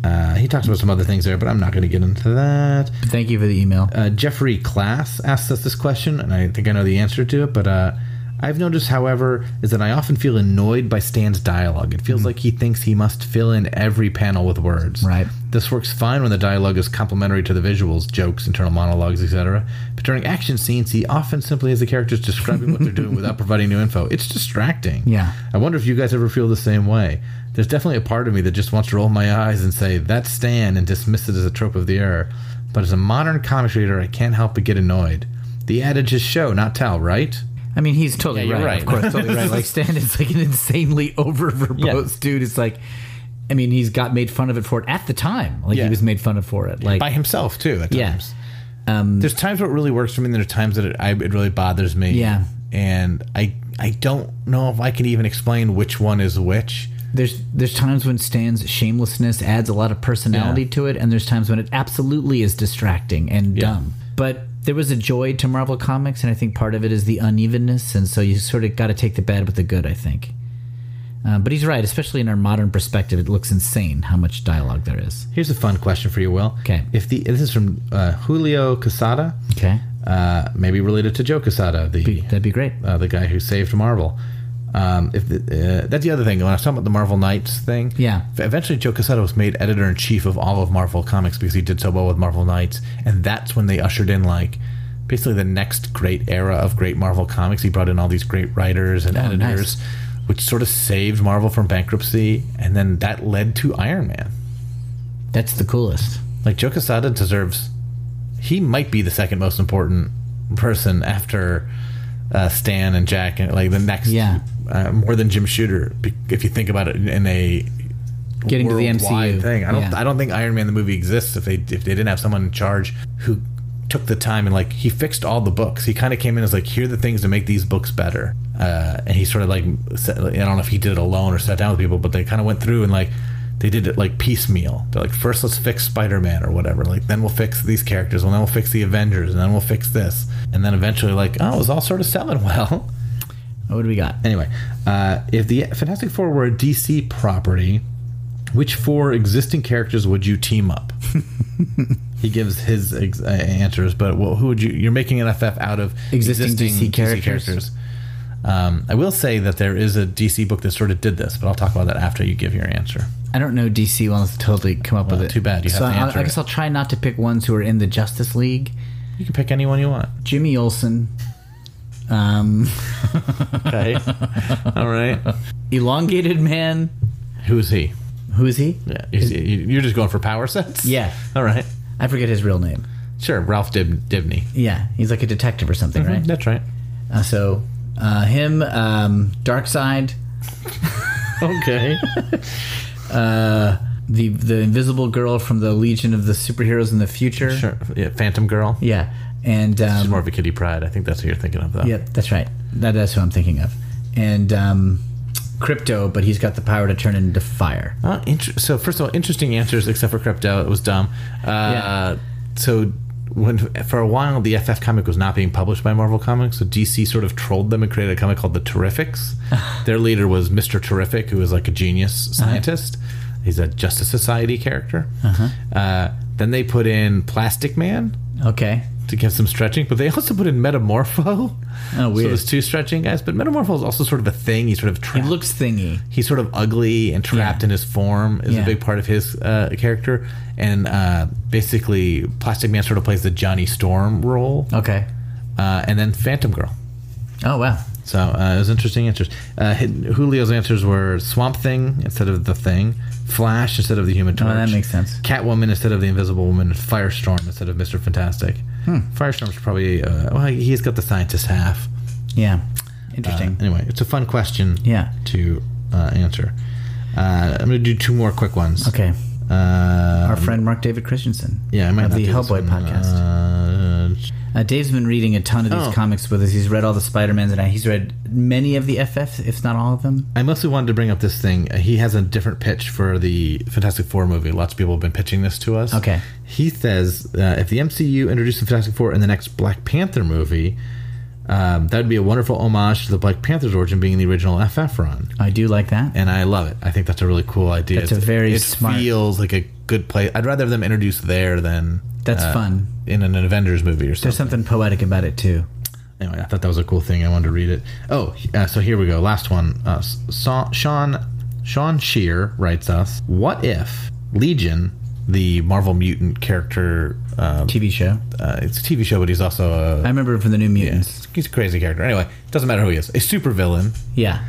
uh, he talks about some other things there, but I'm not going to get into that. Yeah. Thank you for the email. Uh, Jeffrey Class asked us this question, and I think I know the answer to it, but uh, I've noticed, however, is that I often feel annoyed by Stan's dialogue. It Hmm. feels like he thinks he must fill in every panel with words. Right. This works fine when the dialogue is complementary to the visuals, jokes, internal monologues, etc. But during action scenes, he often simply has the characters describing what they're doing without providing new info. It's distracting. Yeah. I wonder if you guys ever feel the same way. There's definitely a part of me that just wants to roll my eyes and say, that's Stan, and dismiss it as a trope of the era. But as a modern comics reader, I can't help but get annoyed. The adage is show, not tell, right? I mean, he's totally Yeah, right, you're Of right. course, totally right. Like Stan is like an insanely over verbose dude. It's like, I mean, he's got made fun of it for it at the time. Like Yeah. he was made fun of for it. Like By himself, too, at Yeah. times. there's times where it really works for me, and there's times that it, I, it really bothers me. Yeah. And I, I don't know if I can even explain which one is which. there's there's times when Stan's shamelessness adds a lot of personality Yeah. to it, and there's times when it absolutely is distracting and dumb. But there was a joy to Marvel Comics, and I think part of it is the unevenness, and so you sort of got to take the bad with the good. I think. Uh, but he's right, especially in our modern perspective, it looks insane how much dialogue there is. Here's a fun question for you, Will. Okay. If the this is from uh, Julio Casada, Okay, uh, maybe related to Joe Casada, the Be- that'd be great. uh, the guy who saved Marvel. Um, if the, uh, that's the other thing when I was talking about the Marvel Knights thing, Yeah. Eventually, Joe Quesada was made editor in chief of all of Marvel comics because he did so well with Marvel Knights, and that's when they ushered in like basically the next great era of great Marvel comics. He brought in all these great writers and Oh, nice. editors, which sort of saved Marvel from bankruptcy, and then that led to Iron Man. That's the coolest. Like Joe Quesada deserves. He might be the second most important person after uh, Stan and Jack, and like the next, Yeah. uh, more than Jim Shooter. be- If you think about it in- in a Getting to the worldwide MCU thing, I don't. Yeah. I don't think Iron Man the movie exists if they if they didn't have someone in charge who took the time and like he fixed all the books. He kind of came in as like here are the things to make these books better, uh, and he sort of like set, like, I don't know if he did it alone or sat down with people, but they kind of went through and like they did it like piecemeal. They're like first let's fix Spider Man or whatever, like then we'll fix these characters, and then we'll fix the Avengers, and then we'll fix this, and then eventually like oh it was all sort of selling well. What do we got? Anyway, uh, if the Fantastic Four were a DC property, which four existing characters would you team up? he gives his ex- uh, answers, but well, who would you? You're making an FF out of Existing DC characters. Um, I will say that there is a DC book that sort of did this, but I'll talk about that after you give your answer. I don't know DC ones to totally come up with it. too bad, you so have to I, answer I guess it. I'll try not to pick ones who are in the Justice League. You can pick anyone you want. Jimmy Olsen, um, Okay. All right. elongated man. Who's he? Who is he? Yeah, you- you- you're just going for power sets. Yeah. All right. I forget his real name. Sure. Ralph Dib- Dibney. Yeah, he's like a detective or something, right? That's right. Uh, so uh, him, um, Darkseid, Okay. the the Invisible Girl from the Legion of the Superheroes in the Future. Sure. Yeah, Phantom Girl. Yeah, and She's um, more of a Kitty Pride. I think that's who you're thinking of, though. yeah, that's right. That, that's who I'm thinking of. And um, Crypto, but he's got the power to turn into fire. Uh, inter- so first of all, interesting answers except for Crypto. It was dumb. Uh, So when for a while the FF comic was not being published by Marvel Comics, so DC sort of trolled them and created a comic called the Terrifics. Their leader was Mister Terrific, who was like a genius scientist. He's a Justice Society character. Uh, then they put in Plastic Man Okay. to give some stretching, but they also put in Metamorpho. Oh, So weird. there's two stretching guys, but Metamorpho is also sort of a thing. He's sort of he trapped. looks thingy. he's sort of ugly and trapped Yeah. in his form is Yeah. a big part of his uh, character, and uh, basically Plastic Man sort of plays the Johnny Storm role, Okay. uh, and then Phantom Girl. Oh wow. So uh, it was interesting answers. Uh, hid- Julio's answers were Swamp Thing instead of the Thing, Flash instead of the Human Torch. Oh, that makes sense. Catwoman instead of the Invisible Woman, and Firestorm instead of Mister Fantastic. Hmm. Firestorm's probably uh, well, he's got the scientist half. Uh, Yeah. Interesting. Anyway, it's a fun question. Yeah. To uh, answer, uh, I'm going to do two more quick ones. okay. Uh, Our friend Mark David Christensen. yeah, I might of not the do this one. Hellboy podcast. Uh, Uh, Dave's been reading a ton of these Oh. comics with us. He's read all the Spider Mans, and I- he's read many of the FF, if not all of them. I mostly wanted to bring up this thing. Uh, He has a different pitch for the Fantastic Four movie. Lots of people have been pitching this to us. Okay. He says uh, if the MCU introduced the Fantastic Four in the next Black Panther movie, um, that would be a wonderful homage to the Black Panther's origin being the original FF run. I do like that. and I love it. I think that's a really cool idea. That's a very it smart- feels like a good place. I'd rather have them introduced there than That's uh, fun. in an Avengers movie or There's something. something poetic about it too. Anyway, I thought that was a cool thing. I wanted to read it. Oh, uh, so here we go. Last one. Uh, Sa- Sean Sean Shear writes us: What if Legion, the Marvel mutant character? Uh, TV show. uh, it's a TV show, but he's also I a remember him from the New Mutants. he's a crazy character. Anyway, it doesn't matter who he is. A supervillain Yeah.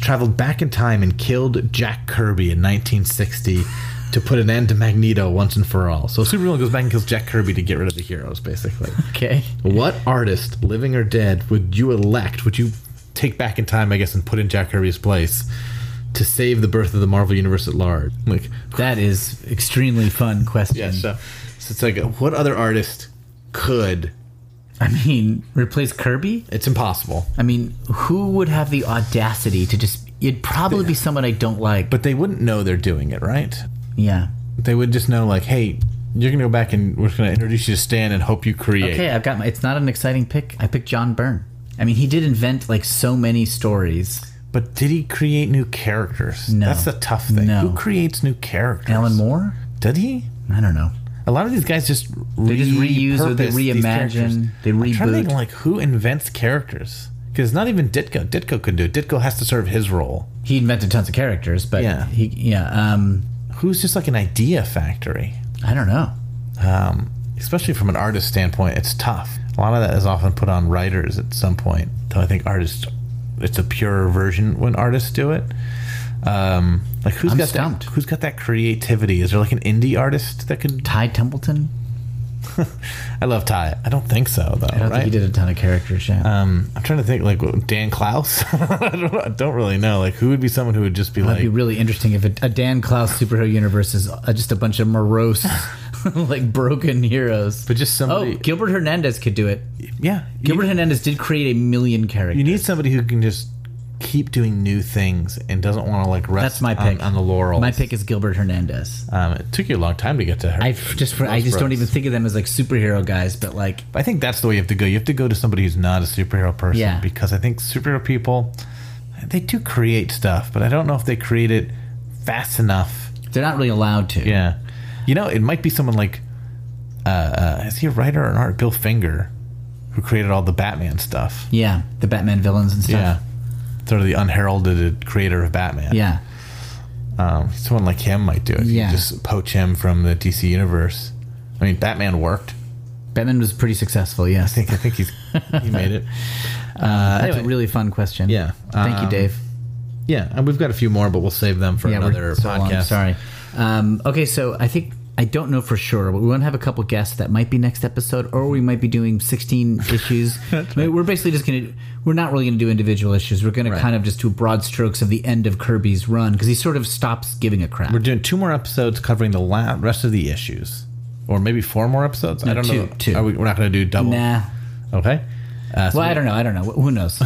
traveled back in time and killed Jack Kirby in 1960 to put an end to Magneto once and for all. So Superman goes back and kills Jack Kirby to get rid of the heroes, basically. Okay. what artist, living or dead, would you elect? Would you take back in time, I guess, and put in Jack Kirby's place to save the birth of the Marvel Universe at large? Like, That is extremely fun question. yeah, so, so it's like, what other artist could? I mean, replace Kirby? It's impossible. I mean, who would have the audacity to just it'd probably be someone I don't like. But they wouldn't know they're doing it, right? yeah. They would just know, like, hey, you're gonna go back and we're just gonna introduce you to Stan and hope you create. Okay, I've got my it's not an exciting pick. I picked John Byrne. I mean, he did invent like so many stories. But did he create new characters? No. That's the tough thing. No. Who creates new characters? Alan Moore? Did he? I don't know. A lot of these guys just They just reuse or they repurpose these reimagine, characters. they I'm trying to think reboot. like who invents characters because not even Ditko. Ditko can do it. Ditko has to serve his role. He invented tons of characters, but Yeah. he yeah, um Who's just like an idea factory? I don't know. Um, especially from an artist standpoint, it's tough. A lot of that is often put on writers at some point. Though I think artists, it's a purer version when artists do it. Um, like who's I'm got stumped. that? Who's got that creativity? Is there like an indie artist that could? Ty Templeton? I love Ty. I don't think so though. I don't right? think he did a ton of characters, yeah. Um, I'm trying to think, like Dan Klaus. I, don't, I don't really know. Like, who would be someone who would just be That'd like, be really interesting if it, a Dan Klaus superhero universe is uh, just a bunch of morose, like broken heroes. but just oh, somebody? Gilbert Hernandez could do it. yeah, Gilbert you, Hernandez did create a million characters. you need somebody who can just keep doing new things and doesn't want to like rest. That's my on- pick on, the laurels. My pick is Gilbert Hernandez. Um, it took you a long time to get to her. I f- just for, I Those just don't bros. even think of them as like superhero guys, but like I think that's the way you have to go. You have to go to somebody who's not a superhero person Yeah. because I think superhero people they do create stuff, but I don't know if they create it fast enough. they're not really allowed to. Yeah, you know, it might be someone like uh, uh, is he a writer or an art? Bill Finger, who created all the Batman stuff. Yeah, the Batman villains and Yeah, stuff. sort of the unheralded creator of Batman. Yeah, um, someone like him might do it. You Yeah. just poach him from the DC universe. I mean, Batman worked. Batman was pretty successful. Yes, Uh, I think I think he's he made it. that's anyway. a really fun question. Yeah. thank Um, you, Dave. Yeah, and we've got a few more, but we'll save them for yeah, another we're so podcast. long. Sorry. Um, okay, so I think I don't know for sure, but we want to have a couple guests that might be next episode, or we might be doing sixteen issues. Maybe We're basically just gonna. We're not really going to do individual issues. We're going to kind of just do broad strokes of the end of Kirby's run because he sort of stops giving a crap. We're doing two more episodes covering the la- rest of the issues, or maybe four more episodes. I don't two- know. two. Are we, we're not going to do double. nah. Okay. Uh, so Well, I don't know. I don't know. Who knows?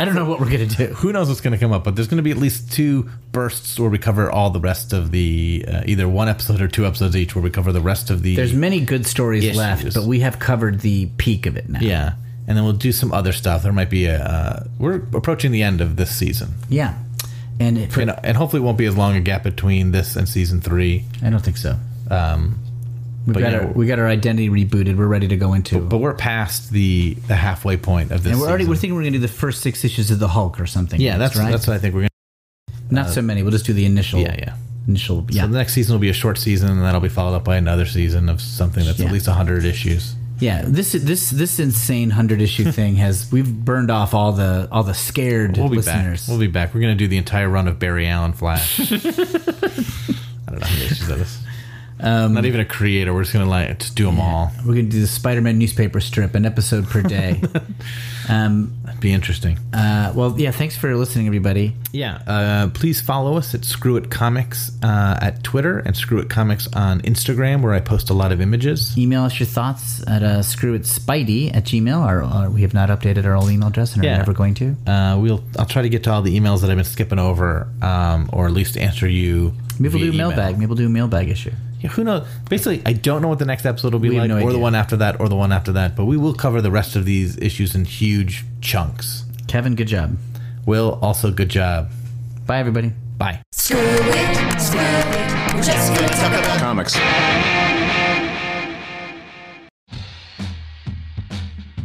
I don't know what we're going to do. Who knows what's going to come up? But there's going to be at least two bursts where we cover all the rest of the uh, either one episode or two episodes each, where we cover the rest of the There's many good stories Yes, yes. left, but we have covered the peak of it now. yeah. And then we'll do some other stuff. There might be a uh, we're approaching the end of this season, Yeah. And it, and, and hopefully it won't be as long a gap between this and season three. I don't think so. Um, We But got yeah, our we're- we got our identity rebooted. We're ready to go into. but we're past the the halfway point of this. and we're already season. we're thinking we're going to do the first six issues of the Hulk or something. Yeah, that's right. That's what I think we're gonna. Not so many. We'll just do the initial. Yeah, yeah. Initial. Yeah. So the next season will be a short season, and that'll be followed up by another season of something that's Yeah. at least hundred issues. yeah. This this this insane hundred issue thing has we've burned off all the all the scared We'll be listeners. back. We'll be back. We're gonna do the entire run of Barry Allen Flash. I don't know how many issues that is. Not even a creator. We're just gonna like just do them all. We're going to do the Spider-Man newspaper strip, an episode per day. That'd be interesting. uh, well, yeah. Thanks for listening, everybody. Yeah. Uh, please follow us at Screw It Comics uh, at Twitter and Screw It Comics on Instagram, where I post a lot of images. email us your thoughts at uh, screwitspidey at gmail. Our, our, we have not updated our old email address and are Yeah. never going to. Uh, we'll I'll try to get to all the emails that I've been skipping over, um, or at least answer you. Maybe we'll via do a email. mailbag. Maybe we'll do a mailbag issue. Yeah, who knows? Basically, I don't know what the next episode will be We have like, no or the idea. one after that, or the one after that. But we will cover the rest of these issues in huge chunks. Kevin, good job. Will also good job. Bye, everybody. Bye. Screw it, screw it, we're just gonna talk about Comics.